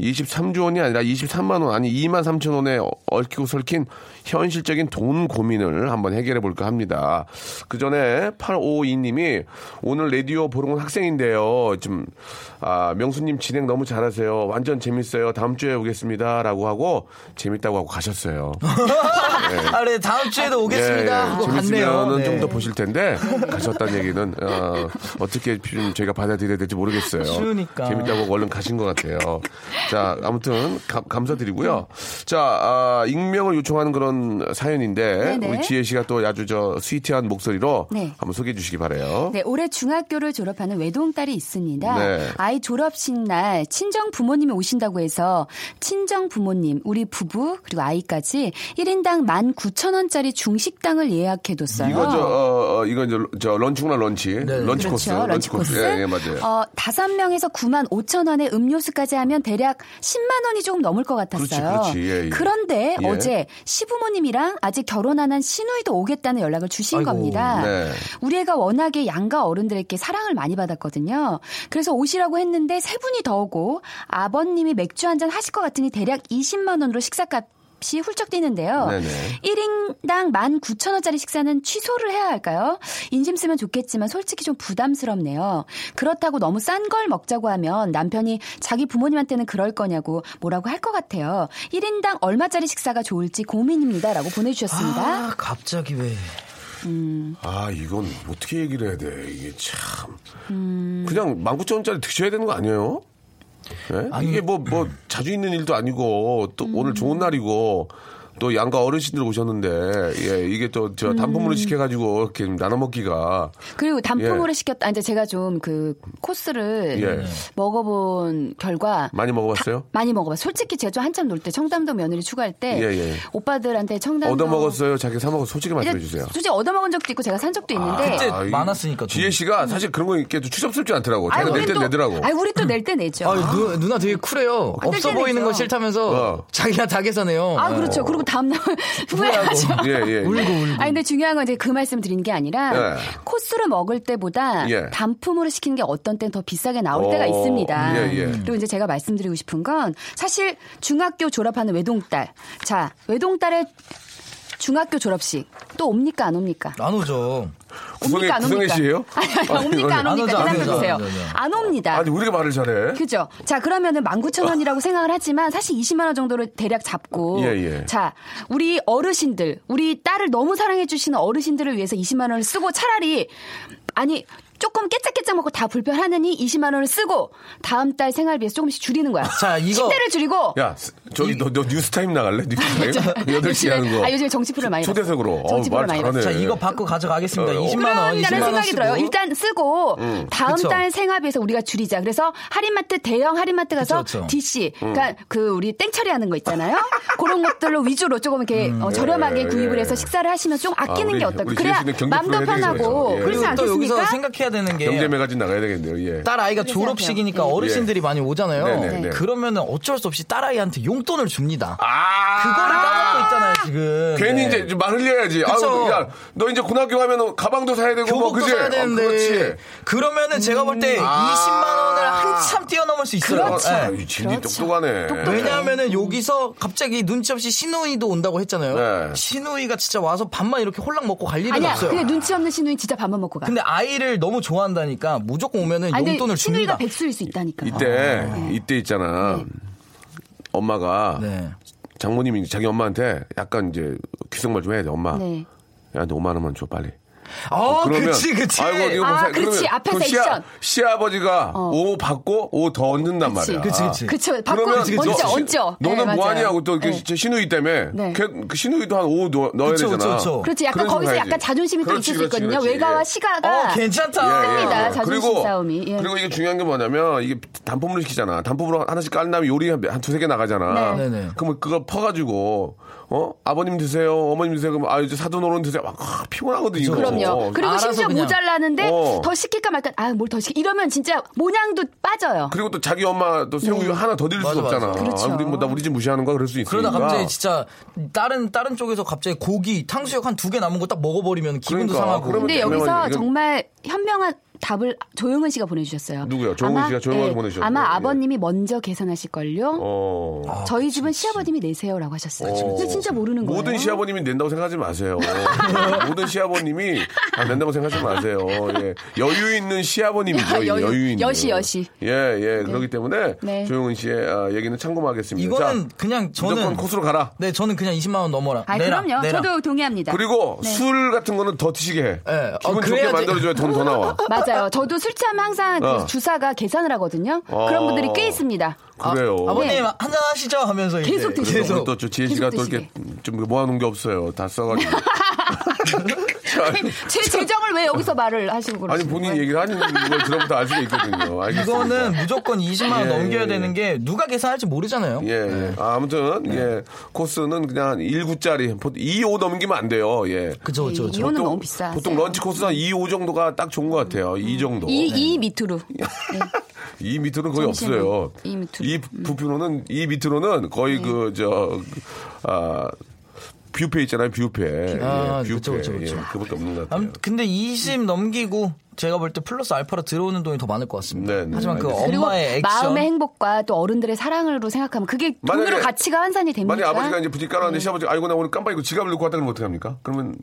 23조 원이 아니라 23만 원 아니 2만 3천 원에 어- 얽히고 설킨 현실적인 돈 고민을 한번 해결해 볼까 합니다. 그 전에 852님이 오늘 라디오 보러 온 학생인데요. 좀 아, 명수님 진행 너무 잘하세요. 완전 재밌어요. 다음 주에 오겠습니다라고 하고 재밌다고 하고 가셨어요. 아, 네, 다음 주에도 오겠습니다. 하고 갔네요. 예. 재밌으면 네. 좀더 보실 텐데 가셨다는 얘기는 어, 어떻게 좀 저희가 받아들여야 될지 모르겠어요. 추우니까. 재밌다고 얼른 가신 것 같아요. 자 아무튼 감- 감사드리고요. 자 아, 익명을 요청하는 그런 사연인데 네네. 우리 지혜 씨가 또 아주 저 스위트한 목소리로 네. 한번 소개해 주시기 바래요. 네, 올해 중학교를 졸업하는 외동딸이 있습니다. 네. 아이 졸업식 날 친정 부모님이 오신다고 해서 친정 부모님, 우리 부부 그리고 아이까지 1인당 19,000원짜리 중식당을 예약해뒀어요. 이거 저 어, 어, 이거 이제 저 런치구나 런치 네. 런치 코스 그렇죠. 런치 코스. 예, 예, 맞아요. 어, 5명에서 9만 5천 원의 음료수까지 하면 대략 10만 원이 조금 넘을 것 같았어요. 그렇지, 그렇지. 예, 예. 런데 예. 어제 시부모님이랑 아직 결혼 안 한 시누이도 오겠다는 연락을 주신 아이고, 겁니다. 네. 우리 애가 워낙에 양가 어른들에게 사랑을 많이 받았거든요. 그래서 오시라고 했는데 세 분이 더 오고 아버님이 맥주 한 잔 하실 것 같으니 대략 20만 원으로 식사값 이 훌쩍 뛰는데요. 네네. 1인당 19,000원짜리 식사는 취소를 해야 할까요? 인심 쓰면 좋겠지만 솔직히 좀 부담스럽네요. 그렇다고 너무 싼 걸 먹자고 하면 남편이 자기 부모님한테는 그럴 거냐고 뭐라고 할 것 같아요. 1인당 얼마짜리 식사가 좋을지 고민입니다라고 보내주셨습니다. 아, 갑자기 왜. 아 이건 어떻게 얘기를 해야 돼 이게 참 그냥 19,000원짜리 드셔야 되는 거 아니에요? 예? 이게 뭐 뭐 자주 있는 일도 아니고 음. 또 오늘 좋은 날이고 또 양가 어르신들 오셨는데 예 이게 또 저 음. 단품으로 시켜가지고 이렇게 좀 나눠 먹기가 그리고 단품으로 예. 시켰다. 아, 이제 제가 좀 그 코스를 예. 먹어본 결과 많이 먹어봤어요? 많이 먹어봐. 솔직히 제가 좀 한참 놀 때 청담도 며느리 추가할 때 예, 예. 오빠들한테 청담도 얻어 먹었어요? 자기 사 먹어 솔직히 이제 말씀해 주세요. 아, 솔직히 얻어먹은 적도 있고 제가 산 적도 있는데 그때 이- 많았으니까 좀. 지혜 씨가 사실 그런 거 이렇게 좀 추잡스럽지 않더라고. 아이, 자기가 우린 낼때 또- 내더라고. 아이, 우리 또 낼 때 내죠. 아, 아, 누, 누나 되게 쿨해요. 없어 때리죠. 보이는 거 싫다면서 어. 자기가 다 계산해요. 어. 그렇죠. 그리고 다음날 후회하죠. 예, 예. 울고 울고. 아니 근데 중요한 건 이제 그 말씀 드린 게 아니라 예. 코스로 먹을 때보다 예. 단품으로 시키는 게 어떤 때는 더 비싸게 나올 어, 때가 있습니다. 음. 예, 예. 그리고 이제 제가 말씀드리고 싶은 건 사실 중학교 졸업하는 외동딸. 자, 외동딸의 중학교 졸업식 또 옵니까 안 옵니까? 안 오죠. 아, 구성애- 옵니까 안 구성애 옵니까? 씨예요? 아니, 아니, 아니, 옵니까 안 아니, 옵니까? 대답해 아니, 아니, 주세요. 아니, 아니, 아니. 안 옵니다. 아니 우리가 말을 잘해. 그죠? 자, 그러면은 19,000원이라고 생각을 하지만 사실 20만 원 정도를 대략 잡고 예, 예. 자, 우리 어르신들, 우리 딸을 너무 사랑해 주시는 어르신들을 위해서 20만 원을 쓰고 차라리 아니 조금 깨짝깨짝 먹고 다 불편하느니 20만 원을 쓰고 다음 달 생활비에서 조금씩 줄이는 거야. 자, 이거- 식대를 줄이고 야, 스- 저기 너, 너 뉴스타임 나갈래? 뉴스타임? 여덟 시 하는 거. 아, 요즘에 정치 프로를 많이 초대석으로. 봤어요. 어우, 정치 프로를 말 많이 잘하네. 봤어요. 자, 이거 받고 가져가겠습니다. 예. 어, 20만 원, 20만 뭐 그런다는 원 생각이 쓰고. 들어요. 일단 쓰고 다음 그쵸. 달 생활비에서 우리가 줄이자. 그래서 할인마트 대형 할인마트 가서 그쵸, 그쵸. DC 그러니까 그 우리 땡처리하는 거 있잖아요. 그런 것들로 위주로 조금 이렇게 어, 저렴하게 예, 구입을 예. 해서 식사를 하시면 좀 아끼는 우리- 게 어떨까. 우리 그래야 지혜 씨는 마음도 경제 프로 해야 편하고 되겠네요. 그렇지 그리고 또 여기서 않겠습니까? 생각해야 되는 게 경제 매거진 나가야 되겠네요. 예. 딸 아이가 그러지 않아요. 졸업식이니까 네. 어르신들이 많이 오잖아요. 네, 네, 네. 그러면은 어쩔 수 없이 딸 아이한테 용돈을 줍니다. 아! 그거를 까먹고 있잖아요 지금. 괜히 네. 이제 말 흘려야지. 아우, 그쵸. 야, 너 이제 고등학교 가면 가방도 사야 되고, 뭐, 교복도 그지? 사야 어, 되는데 그렇지. 음. 아. 그러면은 제가 볼 때 20만 원을 한참 뛰어넘을 수 있어요. 그렇지. 네. 그렇죠. 아유, 진이 똑똑하네. 왜냐하면은 여기서 갑자기 눈치 없이 신우이도 온다고 했잖아요. 네. 신우이가 진짜 와서 밥만 이렇게 홀랑 먹고 갈 일은 아니야. 없어요. 그냥 눈치 없는 신우이 진짜 밥만 먹고 가. 근데 아이를 너무 좋아한다니까 무조건 오면은 아니, 근데 용돈을 신우이가 줍니다. 백수일 수 있다니까. 이때, 이때 있잖아. 엄마가 네. 장모님이 자기 엄마한테 약간 이제 귀성말 좀 해야 돼, 엄마. 네. 야, 너 5만 원만 줘, 빨리. 어, 그치, 그치. 아이고, 이거 못 아, 살- 그렇지. 그러면 앞에서 그 액션. 시아버지가 오 받고 오 더 얻는단 말이야. 그치, 그치. 그쵸. 받고 그러면 언제 너- 언제? 너는 네, 뭐 맞아요. 하냐고 또 그 네. 신우이 때문에 네. 걔, 그 신우이도 한5 넣, 넣어야 그쵸, 되잖아. 그쵸, 그쵸. 그렇지. 약간 그런 거기서 생각이지. 약간 자존심이 또 그렇지, 있을 수 그렇지, 있거든요. 그렇지. 외가와 시가가 어, 괜찮다. 예, 예. 씁니다. 자존심 그리고, 싸움이. 예. 그리고 이게 중요한 게 뭐냐면 이게 단품으로 시키잖아. 단품으로 하나씩 깔면 요리 한 두세 개 나가잖아. 네. 네네. 그럼 그거 퍼가지고 어 아버님 드세요, 어머님 드세요. 그럼 아 이제 사돈어른 드세요. 막 아, 피곤하거든 이거. 그럼요. 그리고 알아서 심지어 그냥. 모자라는데 어. 더 시킬까 말까. 아, 뭘 더 시키. 이러면 진짜 모양도 빠져요. 그리고 또 자기 엄마 또 네. 새우유 하나 더 드릴 맞아, 수 없잖아. 맞아. 그렇죠. 아, 우리 뭐나 우리 집 무시하는 거야 그럴 수 있으니까. 그러다 갑자기 진짜 다른 다른 쪽에서 갑자기 고기 탕수육 한 두 개 남은 거 딱 먹어버리면 기분도 그러니까, 상하고. 그러면 근데 그러면 여기서 이건- 정말 현명한 답을 조용은 씨가 보내주셨어요. 누구요? 조용은 아마- 씨가 조용하게 보내주셨죠. 아마 예. 아버님이 먼저 계산하실걸요. 어. 아, 저희 집은 시아버님이 내세요라고 하셨어요. 근데 진짜 모르는 거예요. 모든 시아버님이 낸다고 생각하지 마세요. 모든 시아버님이 아, 낸다고 생각하지 마세요. 예. 여유 있는 시아버님이죠. 이 여유. 여유 있는. 여시, 여시. 예, 예. 그렇기 때문에 네. 조용은 씨의 아, 얘기는 참고하겠습니다. 이거는 자, 그냥 무조건 저는 코스로 가라. 네 저는 그냥 20만 원 넘어라. 아, 내라, 그럼요. 내라. 저도 동의합니다. 그리고 네. 술 같은 거는 더 드시게 해. 예. 어, 기분 좋게 그래야지. 만들어줘야 돈 더 나와. 맞아요. 저도 술 취하면 항상 그 어. 주사가 계산을 하거든요. 어. 그런 분들이 꽤 있습니다. 그래요. 아, 버님 한잔 하시죠 하면서 이제 계속 드시죠. 그래서 계속. 또 저 지혜 씨가 또 계속 이렇게 좀 모아놓은 게 없어요. 다 써가지고. 제 재정을 왜 여기서 말을 하시고 그러세요? 아니 본인 얘기를 하는 걸 들어보다 알 수가 있거든요. 알겠습니다. 이거는 무조건 20만 원 예, 넘겨야 예, 되는 게 누가 계산할지 모르잖아요. 예, 예. 아, 아무튼 예 코스는 그냥 한 1구짜리 2오 넘기면 안 돼요. 예. 그죠, 그죠, 이- 그죠. 이거는 보통- 너무 비싸. 보통 런치 코스는 2오 정도가 딱 좋은 것 같아요. 이 정도. 예. 이, 이 밑으로. 네. 이 밑으로는 거의 잠시만요. 없어요. 이 밑으로. 이 부피로는 이 밑으로는 거의 그저 아. 뷔페 있잖아요, 뷔페. 아, 예, 그쵸, 그쵸, 그쵸. 그것도 없는 것 같아요. 아무- 근데 20 넘기고 제가 볼 때 플러스 알파로 들어오는 돈이 더 많을 것 같습니다. 네, 네, 하지만 그 알겠습니다. 그리고 엄마의 액션 마음의 행복과 또 어른들의 사랑으로 생각하면 그게 돈으로 만약에- 가치가 환산이 됩니까? 네. 만약에 아버지가 이제 부지 깔아놨는데 시아버지가 아이고 나 오늘 깜빡 잊고 지갑을 놓고 왔다 그러면 어떡합니까? 그러면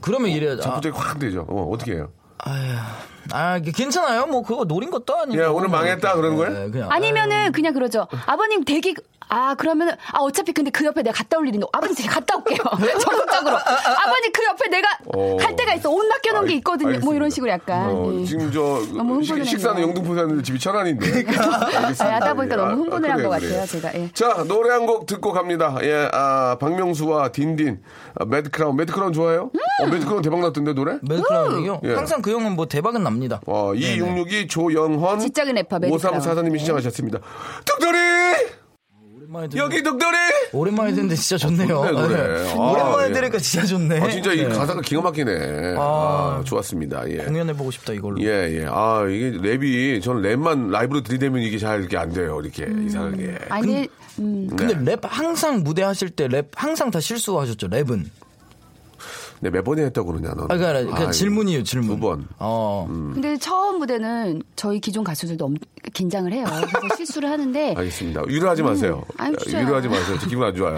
그러면 이래야죠. 아, 갑자기 확 되죠. 어, 어떻게 해요? 아, 괜찮아요. 뭐 그거 노린 것도 아니고. 야, 오늘 망했다 그러는 거예요? 네, 그냥 음. 아니면은 그냥 그러죠. 아버님 대기 아 그러면은 아 어차피 근데 그 옆에 내가 갔다 올 일인데 아버님 제가 갔다 올게요. 적극적으로 아버님 그 옆에 내가 어. 갈 데가 있어 옷 맡겨놓은 게 알- 있거든요. 뭐 이런 식으로 약간 어, 예. 지금 저 너무 식- 흥분을 식사는 했네요. 영등포에 사는데 집이 천안인데. 알겠습니다. 아, 하다 보니까 예, 너무 아, 흥분을 한 그래요, 것 그래요. 같아요, 제가. 예. 자 노래 한 곡 듣고 갑니다. 예, 아, 박명수와 딘딘 아, 매드크라운 매드크라운 좋아해요? 음! 어, 매드크라운 대박 났던데 노래? 멜크라운이요. 예. 항상 그 형은 뭐 대박은 납니다. 어, 266이 조영헌 네, 지적인 래퍼 매드크라운. 5344님이 신청하셨습니다. 뚝돌이 오랜만에 듣는- 여기 뚝돌이 오랜만에 듣는데 진짜 좋네요. 좋네, 노래. 네. 아, 오랜만에 예. 들으니까 진짜 좋네. 아, 진짜 이 네. 가사가 기가 막히네. 아, 아. 좋았습니다. 예. 공연해보고 싶다 이걸로. 예, 예. 아, 이게 랩이, 전 랩만 라이브로 들이대면 이게 잘 이렇게 안 돼요. 이렇게, 음. 이상하게. 아니 음, 네. 근데 랩 항상 무대 하실 때 랩 항상 다 실수하셨죠 랩은 네, 몇 번이나 했다고 그러냐, 너는. 아, 그러니까, 그러니까 아이고, 예. 질문이에요, 질문. 두 번. 어. 근데 처음 무대는 저희 기존 가수들도 엄, 긴장을 해요. 그래서 실수를 하는데 알겠습니다. 음. 위로하지 마세요. 아유, 진짜요. 위로하지 마세요. 저 기분 안 좋아요.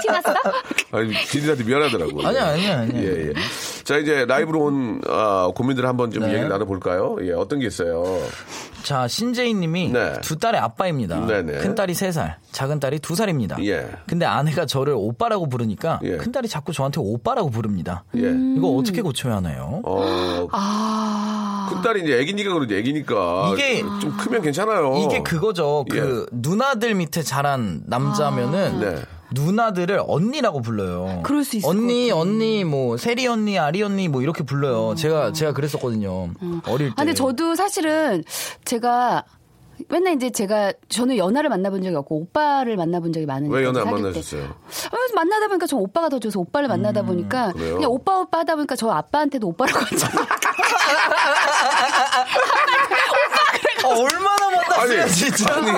티났어? 아니, 기자한테 미안하더라고요. 아니야, 아니야, 아니야. 예, 예. 자, 이제 라이브로 온 아, 고민들 한번 좀 네. 얘기 나눠볼까요? 예, 어떤 게 있어요? 자, 신재희님이 네. 두 딸의 아빠입니다. 네네. 큰 딸이 세 살, 작은 딸이 두 살입니다. 예. 근데 아내가 저를 오빠라고 부르니까 예. 큰 딸이 자꾸 저한테 오빠라고 부릅니다. 예. 이거 어떻게 고쳐야 하나요? 어, 아. 큰 딸이 이제 애기니까 그런지 애기니까. 이게- 좀, 좀 크면 괜찮아요. 이게 그거죠. 그 누나들 밑에 자란 남자면은 예. 네. 누나들을 언니라고 불러요. 아, 그럴 수 있을 언니, 언니, 뭐 세리 언니, 아리 언니 뭐 이렇게 불러요. 제가 제가 그랬었거든요. 어릴 음. 때. 아, 근데 저도 사실은 제가 맨날 이제 제가 저는 연하를 만나본 적이 없고 오빠를 만나본 적이 많은데 왜 연애 안 사귈 때. 만나셨어요? 음, 아, 만나다 보니까 전 오빠가 더 좋아서 오빠를 만나다 보니까 그래요? 그냥 오빠 오빠 하다 보니까 저 아빠한테도 오빠라고 하잖아요. 아, 얼마나 만났어요, 아니, 진짜. 아니,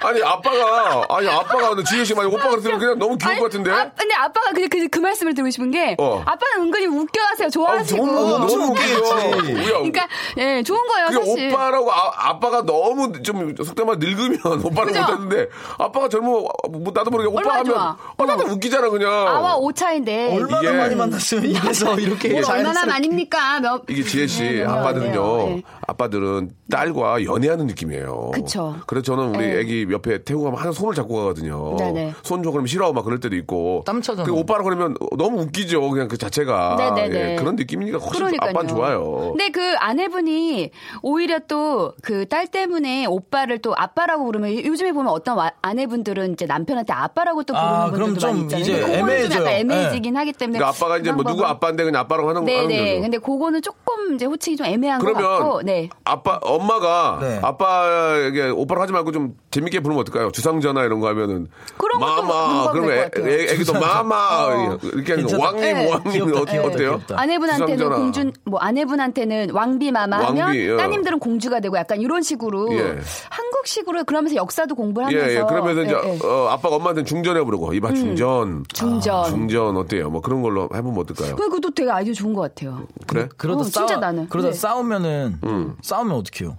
아니, 아빠가, 아니, 아빠가, 근데 지혜 씨 만약 오빠 그랬으면 그냥 너무 귀여울 것 같은데? 아, 근데 아빠가 그냥 그, 그 말씀을 드리고 싶은 게 어. 아빠는 은근히 웃겨하세요. 아, 좋아하시고. 너무, 너무 웃기겠지. 웃기죠. 뭐야, 그러니까 예 좋은 거예요 그게 사실. 오빠라고 아, 아빠가 너무 좀 속된 말 늙으면 오빠를 그죠? 못하는데 아빠가 젊어 뭐 나도 모르게 오빠 얼마나 하면 좋아. 어 나도 웃기잖아 그냥 아와 오차인데 얼마나 이게- 예. 많이 만났어요. 이래서 뭐 이렇게 뭘뭐 얼마나 자연스럽게. 많입니까? 몇 예, 이게 지혜 씨 네, 네, 아빠들은요 네, 네. 아빠들은 딸과 연애하는 느낌이에요. 그쵸. 래서 저는 우리 네. 애기 옆에 태우고 가면 항상 손을 잡고 가거든요. 네, 네. 손줘 그러면 싫어하고 막 그럴 때도 있고. 땀 차잖아요. 그 오빠라 그러면 너무 웃기죠 그냥 그 자체가 네, 네, 네. 예, 그런 느낌이니까 훨씬 그러니까요. 아빠는 좋아요. 근데 그 아내분이 오히려 또 그 딸 때문에 오빠를 또 아빠라고 부르면 요즘에 보면 어떤 와- 아내분들은 이제 남편한테 아빠라고 또 부르는 아, 그럼 분들도 많이 좀 있잖아요. 이제 근데 그거는 좀 애매해져요. 예. 약간 애매해지긴 하기 때문에 그러니까 아빠가 이제 뭐 누구 아빠인데 그냥 아빠라고 하는 하는 네네. 거죠. 근데 그거는 조금 이제 호칭이 좀 애매한 것 같고 그러면 네. 아빠 엄마가 네. 아빠에게 오빠로 하지 말고 좀 재밌게 부르면 어떨까요? 주상전화 이런 거 하면은 그런 것도 마마 방법일 그러면 것 애, 같아요. 애, 애기도 마마 이렇게 하는 거 어, 괜찮다. 왕님 네. 왕님 귀엽다, 어, 귀엽다, 어때요? 귀엽다. 아내분한테는 주상전화. 공주 뭐 아내분한테는 왕비 마마 왕비, 예. 하면 따님들은 공주가 되고 약간 이런 식으로 예. 한국식으로 그러면서 역사도 공부를 하면서 예, 예. 그러면 이제 예, 예. 어, 아빠가 엄마한테 중전해 부르고 이봐 중전. 중전. 아, 중전 어때요? 뭐 그런 걸로 해보면 어떨까요? 그 그것도 되게 아이디어 좋은 것 같아요. 그래? 그러다 어, 진짜 싸 나는. 그러다 네. 싸우면은 음. 싸우면 어떡해요?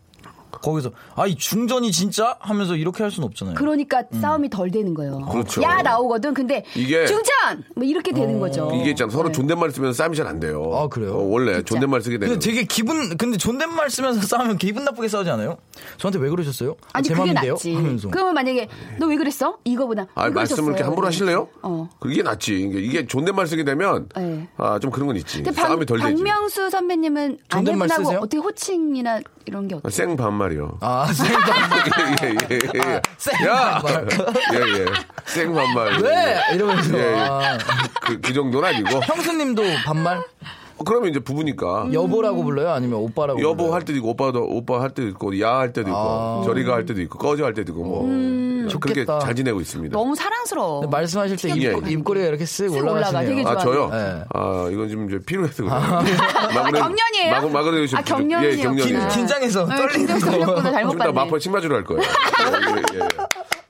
거기서 아 이 중전이 진짜 하면서 이렇게 할 수는 없잖아요. 그러니까 음. 싸움이 덜 되는 거예요. 그렇죠. 야 나오거든. 근데 이게- 중전 뭐 이렇게 어. 되는 거죠. 이게 있잖아 서로 네. 존댓말 쓰면 싸움이 잘 안 돼요. 아, 그래요? 어, 원래 존댓말 쓰게 되는. 근데 되게 기분 근데 존댓말 쓰면서 싸우면 기분 나쁘게 싸우지 않아요? 저한테 왜 그러셨어요? 아, 아니 제 그게 맘인데요? 낫지. 하면서 그러면 만약에 너 왜 그랬어? 이거보다 아, 왜 말씀을 이렇게 그러셨어요? 함부로 하실래요? 어. 그게 낫지. 이게, 이게 존댓말 쓰게 되면 네. 아, 좀 그런 건 있지. 근데 방, 싸움이 덜 되지. 박명수 선배님은 존댓말 아내분하고 쓰세요? 어떻게 호칭이나 이런 게 아, 어때요? 생 반말이요. 아 생각 네. 예, 예, 예. 아, 생 야! 반말. 예, 예. 생 반말. 왜 이러면서 예. 아, 그, 그 정도는 아니고. 형수님도 반말 어, 그러면 이제 부부니까. 음. 여보라고 불러요 아니면 오빠라고 여보 불러요? 할 때도 있고, 오빠도, 오빠 할 때도 있고, 야 할 때도 있고, 아. 저리가 할 때도 있고, 꺼져 할 때도 있고, 뭐. 그렇게 좋겠다. 잘 지내고 있습니다. 음. 너무 사랑스러워. 근데 말씀하실 때 예. 입, 꼬리가 이렇게 쓱 쓱 올라가, 올라가시네요. 되게 아, 저요? 네. 아, 이건 지금 이제 필요해서 그래요. 마무리- 아. 경련이에요? 마구- 마구리 아, 경련이요. 예, 경련이에요. 긴- 긴, 장해서 네, 떨리는 긴장 거. 떨렸구나. 잘못 좀 이따 봤네. 마포 신마주를 할 거예요. 예, 예, 예.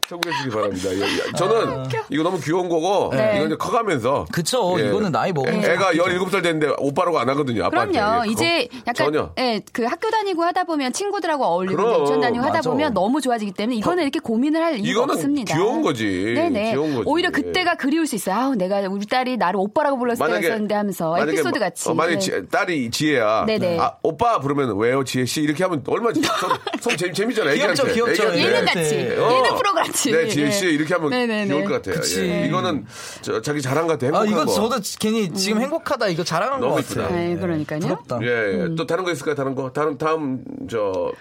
참고해 주시기 바랍니다. 예, 예. 저는 이거 너무 귀여운 거고 아. 네. 이건 이제 커가면서 예. 그쵸, 이거는 나이 먹으면서 애가 17살 됐는데 오빠라고 안 하거든요. 아빠한테. 그럼요. 예, 이제 그거 약간 전혀. 예, 그 학교 다니고 하다 보면 친구들하고 어울리고 그럼, 유치원 다니고 하다 맞아. 보면 너무 좋아지기 때문에 이거는 이렇게 고민을 할 이유가 이거는 없습니다. 귀여운 거지. 네네. 귀여운 거지. 오히려 그때가 그리울 수 있어요. 아우 내가 우리 딸이 나를 오빠라고 불렀을 때가 있었는데 하면서 만약에 에피소드 마- 같이. 어, 만약에 네. 지- 딸이 지혜야. 네네. 아, 오빠 부르면 왜요, 지혜 씨? 이렇게 하면 얼마나 성, 성 재미, 재미잖아. 귀엽죠, 애기한테. 귀엽죠. 애기한테. 네. 예능 같이. 네. 어. 예능 프로 같이. 네, 지혜 예. 씨 이렇게 하면 네네네. 귀여울 것 같아요. 그치. 예. 이거는 저- 자기 자랑 같아. 아 행복한 이거 거. 저도 괜히 지금 행복하다 이거 자랑한 것 너무 같아요. 이쁘다. 네, 그러니까요. 부럽다. 예, 예. 음. 또 다른 거 있을까요? 다른 거? 다른, 다음, 저,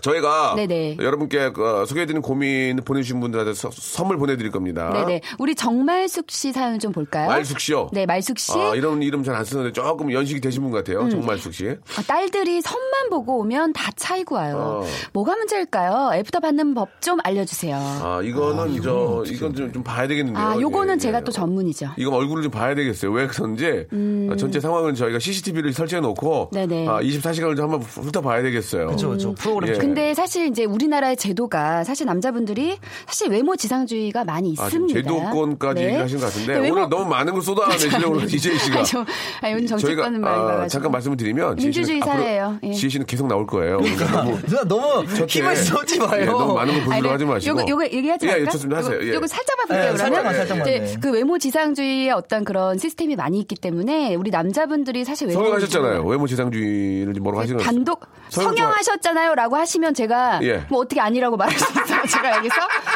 저희가 네네. 여러분께 그, 어, 소개해드린 고민 보내주신 분들한테 서- 선물 보내드릴 겁니다. 네네. 우리 정말숙 씨 사연 좀 볼까요? 아? 말숙 씨요. 네, 말숙 씨. 아, 이런 이름 잘 안 쓰는데 조금 연식이 되신 분 같아요. 정말숙 씨. 아, 딸들이 선만 보고 오면 다 차이고 와요. 어. 뭐가 문제일까요? 애프터 받는 법 좀 알려주세요. 아, 아, 이거는 저, 이건 좀, 좀 봐야 되겠는데요. 요거는 예, 예. 제가 또 전문이죠. 이건 얼굴을 좀 봐야 되겠어요. 왜 그런지 아, 전체 상황은 저희가 CCTV를 설치해 놓고 네네. 음. 아, 24시간을 좀 한번 훑어봐야 되겠어요. 그렇죠, 그렇죠. 프로그램 예. 좀 근데 사실 이제 우리나라의 제도가 사실 남자분들이 사실 외모 지상주의가 많이 아, 지금 있습니다. 제도권까지 네. 하신 것 같은데 근데 외모- 오늘 너무 많은 걸 쏟아내시려고 그러는 이재희 씨가 아니, 저- 아니, 오늘 정치권 아, 많이 봐가지고. 잠깐 말씀을 드리면 지혜 씨는 민주주의 앞으로- 사회예요. 예. 지혜 씨는 계속 나올 거예요. 그러니까 너무 누나 너무 예. 저렇게- 힘을 쏘지 마요. 예, 너무 많은 거 보시려고 아니, 네. 하지 마시고. 요거, 요거 얘기하지 예, 말까? 예, 좋습니다. 하세요. 요거, 예. 요거 살짝만 볼게요, 예, 그러면. 살짝만, 살짝만, 이제 네. 그 외모 지상주의의 어떤 그런 시스템이 많이 있기 때문에 우리 남자분들이 사실 외모. 성형하셨잖아요. 외모 지상주의를 뭐라고 하시는 거예요? 단독 성형 좋아- 성형하셨잖아요라고 하시면 제가 예. 뭐 어떻게 아니라고 말할 수 있어요. 제가 여기서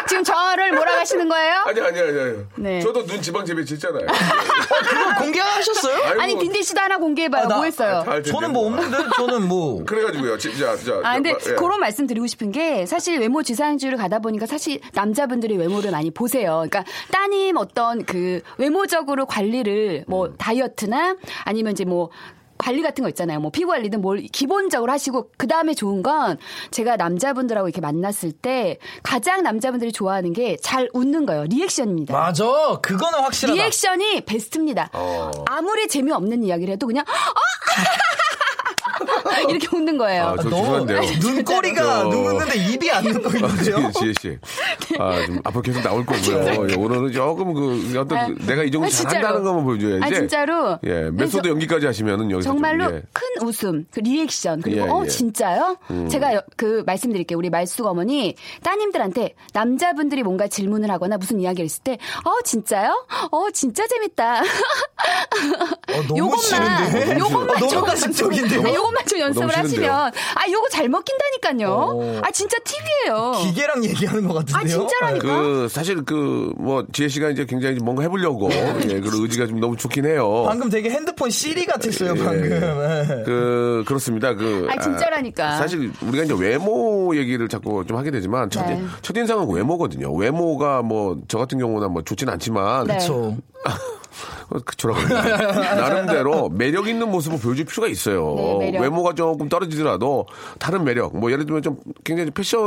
지금 저를 몰아가시는 거예요? 아니 아니 아니 아니. 네. 저도 눈 지방 재배 했잖아요. 그걸 공개하셨어요? 아이고, 아니 딘딘 씨도 하나 공개해봐요. 아, 나- 뭐 했어요? 다 알 텐데. 저는 뭐 없는데 저는 뭐 그래가지고요. 진짜 진짜. 아, 근데 예. 그런 말씀 드리고 싶은 게 사실 외모 지상주의를 가다 보니까 사실 남자분들이 외모를 많이 보세요. 그러니까 따님 어떤 그 외모적으로 관리를 뭐 다이어트나 아니면 이제 뭐 관리 같은 거 있잖아요. 뭐 피부 관리든 뭘 기본적으로 하시고 그 다음에 좋은 건 제가 남자분들하고 이렇게 만났을 때 가장 남자분들이 좋아하는 게 잘 웃는 거예요. 리액션입니다. 맞아. 그거는 확실하다. 리액션이 베스트입니다. 아무리 재미없는 이야기를 해도 그냥 어! 이렇게 웃는 거예요. 아, 저 너무 죄송한데요. 어, 눈꼬리가 저- 누구는데 입이 안 듣고 있는데요. 아, 지혜 씨. 아, 좀 앞으로 계속 나올 거고요. 예, 오늘은 조금 그 어떤 아, 내가 이 정도 아, 진짜로. 잘한다는 것만 보여줘야지. 아, 진짜로. 예, 근데 메소드 저- 연기까지 하시면은 여기서 좀, 정말로 예. 큰 웃음, 그 리액션 그리고 예, 어 예. 진짜요? 제가 여- 그 말씀드릴게요. 우리 말숙 어머니 따님들한테 남자분들이 뭔가 질문을 하거나 무슨 이야기를 했을 때 어 진짜요? 어 진짜 재밌다. 어, 너무 싫은데? 어, 요것만 요것만 너무 좀- 가슴적인데요? 아, 요것만 좀 연습을 너무 싫은데요? 어. 하시면 아 요거 잘 먹힌다니까요. 아 진짜 팁이에요. 기계랑 얘기하는 것 같은데요. 아 진짜라니까. 그 사실 그 뭐 지혜 씨가 이제 굉장히 뭔가 해보려고 예, 그런 의지가 좀 너무 좋긴 해요. 방금 되게 핸드폰 시리 같았어요, 예. 방금. 예. 그 그렇습니다. 그 아, 진짜라니까. 사실 우리가 이제 외모 얘기를 자꾸 좀 하게 되지만 첫, 네. 첫인상은 외모거든요. 외모가 뭐 저 같은 경우는 뭐 좋진 않지만 네. 그쵸. 어, 그쵸라고 나름대로 매력 있는 모습을 보여줄 필요가 있어요. 네, 매력. 외모가 조금 떨어지더라도 다른 매력, 뭐 예를 들면 좀 굉장히 패션에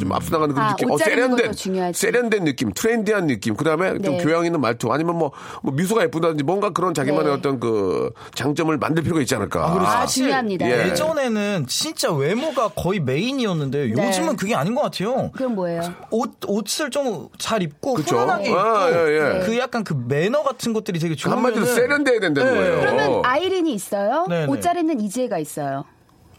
좀 앞서나가는 그런 아, 느낌, 어, 옷 잘 입는 세련된, 것도 중요하지. 세련된 느낌, 트렌디한 느낌, 그 다음에 좀 네. 교양 있는 말투, 아니면 뭐, 뭐 미소가 예쁘다든지 뭔가 그런 자기만의 네. 어떤 그 장점을 만들 필요가 있지 않을까. 아, 사실 중요합니다. 예. 예전에는 진짜 외모가 거의 메인이었는데 네. 요즘은 그게 아닌 것 같아요. 그럼 뭐예요? 어. 옷 옷을 좀 잘 입고 그쵸? 편안하게 입고 아, 예, 예. 그 약간 그 매너 같은 것들이 되게 좋으면 한마디로 세련돼야 된다는 네. 거예요. 그러면 아이린이 있어요. 네네. 옷자리는 이재가 있어요.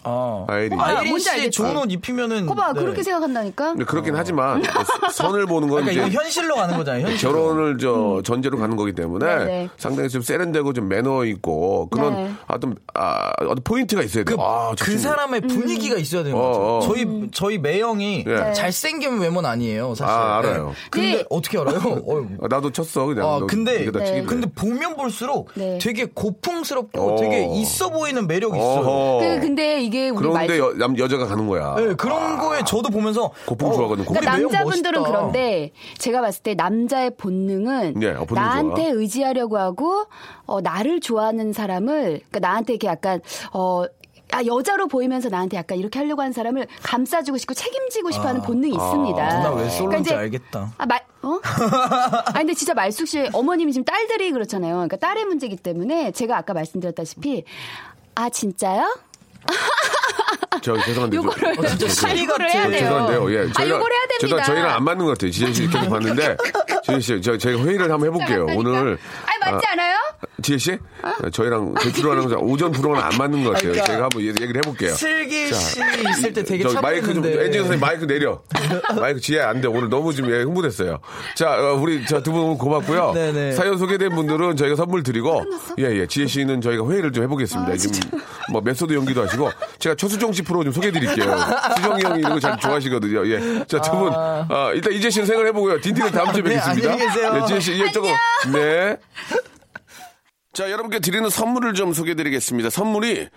아. 아이린. 아, 아이린 뭔지 씨 알겠지? 좋은 옷 입히면은 거봐 네. 그렇게 생각한다니까. 근데 그렇긴 하지만 뭐 선을 보는 건 그러니까 이제 이거 현실로 가는 거잖아요. 현실로. 결혼을 저 전제로 가는 거기 때문에 음. 네, 네. 상당히 좀 세련되고 좀 매너 있고 그런 네. 어떤 아, 어떤 포인트가 있어야 돼요. 그, 아, 저 그 친구. 사람의 분위기가 음. 있어야 되는 어, 거죠. 어. 저희 저희 매형이 네. 잘생긴 외모는 아니에요, 사실. 아, 알아요. 네. 근데 네. 어떻게 알아요? 어휴. 아, 나도 쳤어 그냥. 아, 너 근데 이렇게 다 치길래. 근데 보면 볼수록 네. 되게 고풍스럽고 어. 되게 있어 보이는 매력이 있어요. 어허. 그, 근데 이게 우리 말 그런데 여, 남, 여자가 가는 거야. 네, 그런 거에 저도 보면서 아. 어, 고풍 좋아하거든요, 고풍. 그러니까 우리 매형 남자분들은 멋있다. 그런데 제가 봤을 때 남자의 본능은 예, 본능 좋아. 나한테 의지하려고 하고 어, 나를 좋아하는 사람을 그러니까 나한테 이렇게 약간 어 아, 여자로 보이면서 나한테 약간 이렇게 하려고 하는 사람을 감싸주고 싶고 책임지고 싶어 하는 본능이 아. 있습니다. 아. 누나 왜 그러니까 쏠는지 이제 알겠다. 아, 말, 어? 아, 근데 진짜 말숙 씨 어머님이 지금 딸들이 그렇잖아요. 그러니까 딸의 문제이기 때문에 제가 아까 말씀드렸다시피 아, 진짜요? 저 죄송한데 좀- 요거를 어, 진짜 진짜 아, 요거를 같이. 해야 저 돼요. 죄송한데요. 예, 아, 요걸 해야 됩니다. 저희랑, 저희랑 안 맞는 것 같아요. 지혜 씨 계속 봤는데 지혜 씨, 저 저희 회의를 한번 해볼게요. 맞다니까. 오늘 그러니까. 아니, 맞지 않아요? 지혜 씨, 아, 저희랑 대출하는 거 오전 프로는 안 맞는 것 같아요. 그러니까. 제가 한번 얘- 얘기를 해볼게요. 슬기 씨 있을 때 되게 저 차분했는데 마이크 좀 엔지니어 선생님 마이크 내려. 마이크 지혜 안 돼. 오늘 너무 지금 예, 흥분했어요. 자, 어, 우리 두 분 고맙고요. 네네. 사연 소개된 분들은 저희가 선물 드리고 예예 지혜 씨는 저희가 회의를 좀 해보겠습니다. 지금 뭐 메소드 연기도 하시고 제가 최수종 씨 프로 좀 소개해드릴게요. 수종이 형이 이런 거 잘 좋아하시거든요. 예. 자 두 분 아, 일단 이재 씨는 생각을 해보고요. 딘딘은 다음 주에 네, 뵙겠습니다. 안녕히 계세요. 네, 지혜 씨 예, 조금 네. 자, 여러분께 드리는 선물을 좀 소개드리겠습니다. 선물이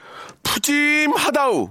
푸짐하다우.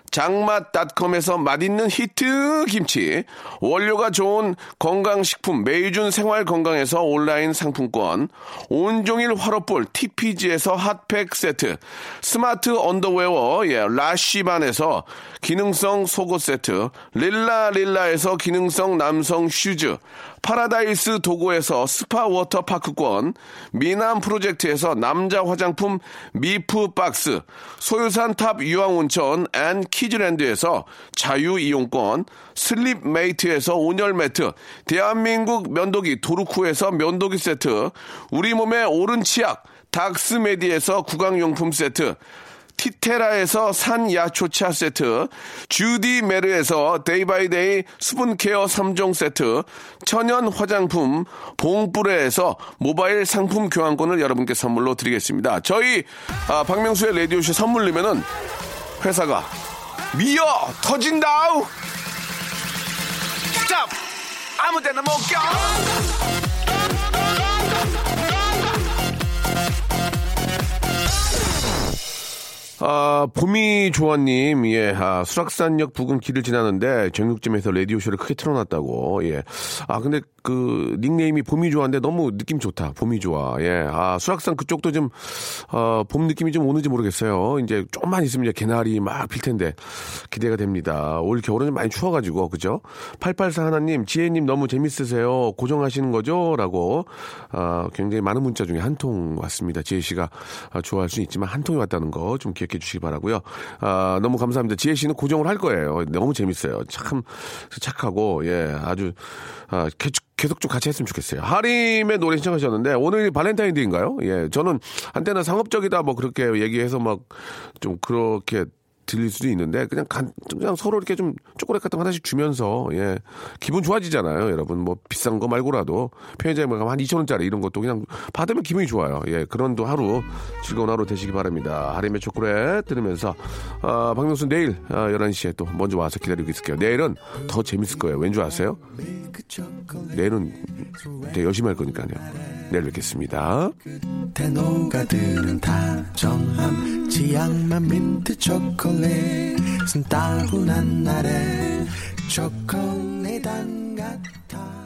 장맛닷컴에서 맛있는 히트 김치, 원료가 좋은 건강식품 메이준 생활건강에서 온라인 상품권, 온종일 화로볼 TPG에서 핫팩 세트, 스마트 언더웨어 예, 라쉬반에서 기능성 속옷 세트, 릴라릴라에서 기능성 남성 슈즈, 파라다이스 도고에서 스파 워터 파크권, 미남 프로젝트에서 남자 화장품 미프 박스, 소유산 탑 유황 온천 앤 키즈랜드에서 자유 이용권, 슬립 메이트에서 온열 매트, 대한민국 면도기 도루쿠에서 면도기 세트, 우리 몸의 오른 치약 닥스메디에서 구강용품 세트, 티테라에서 산야초차 세트, 주디 메르에서 데이바이데이 수분케어 3종 세트, 천연 화장품 봉뿌레에서 모바일 상품 교환권을 여러분께 선물로 드리겠습니다. 저희 아, 박명수의 라디오쇼 선물리면은 회사가 미어 터진다우! 짭! 아무 데나 못 껴! 아, 봄이 조아님, 예, 아, 수락산역 부근 길을 지나는데 정육점에서 라디오쇼를 크게 틀어놨다고, 예. 아, 근데 그 닉네임이 봄이 조아인데 너무 느낌 좋다. 봄이 좋아. 예. 아, 수락산 그쪽도 좀, 어, 봄 느낌이 좀 오는지 모르겠어요. 이제 좀만 있으면 이제 개나리 막 필 텐데 기대가 됩니다. 올 겨울은 좀 많이 추워가지고, 그죠? 884 하나님, 지혜님 너무 재밌으세요. 고정하시는 거죠? 라고, 아, 굉장히 많은 문자 중에 한 통 왔습니다. 지혜 씨가 아, 좋아할 수 있지만 한 통이 왔다는 거 좀 기억해 주시기 바라고요. 아, 너무 감사합니다. 지혜 씨는 고정을 할 거예요. 너무 재밌어요. 참 착하고, 예, 아주, 아, 계속 계속 좀 같이 했으면 좋겠어요. 하림의 노래 신청하셨는데 오늘 발렌타인데이인가요? 예, 저는 한때는 상업적이다 뭐 그렇게 얘기해서 막 좀 그렇게 들릴 수도 있는데 그냥 간, 그냥 서로 이렇게 좀 초콜릿 같은 거 하나씩 주면서 예 기분 좋아지잖아요 여러분 뭐 비싼 거 말고라도 편의점에 가면 한 2천 원짜리 이런 것도 그냥 받으면 기분이 좋아요 예 그런 또 하루 즐거운 하루 되시기 바랍니다 하림의 초콜릿 들으면서 아 박명수 내일 아, 11시에 또 먼저 와서 기다리고 있을게요 내일은 더 재밌을 거예요 왠 줄 아세요 내일은 되게 열심히 할 거니까요 내일 뵙겠습니다. 노가드는 다정함 지향만 민트 초콜릿 쓴 따분한 날에 초콜릿 안 같아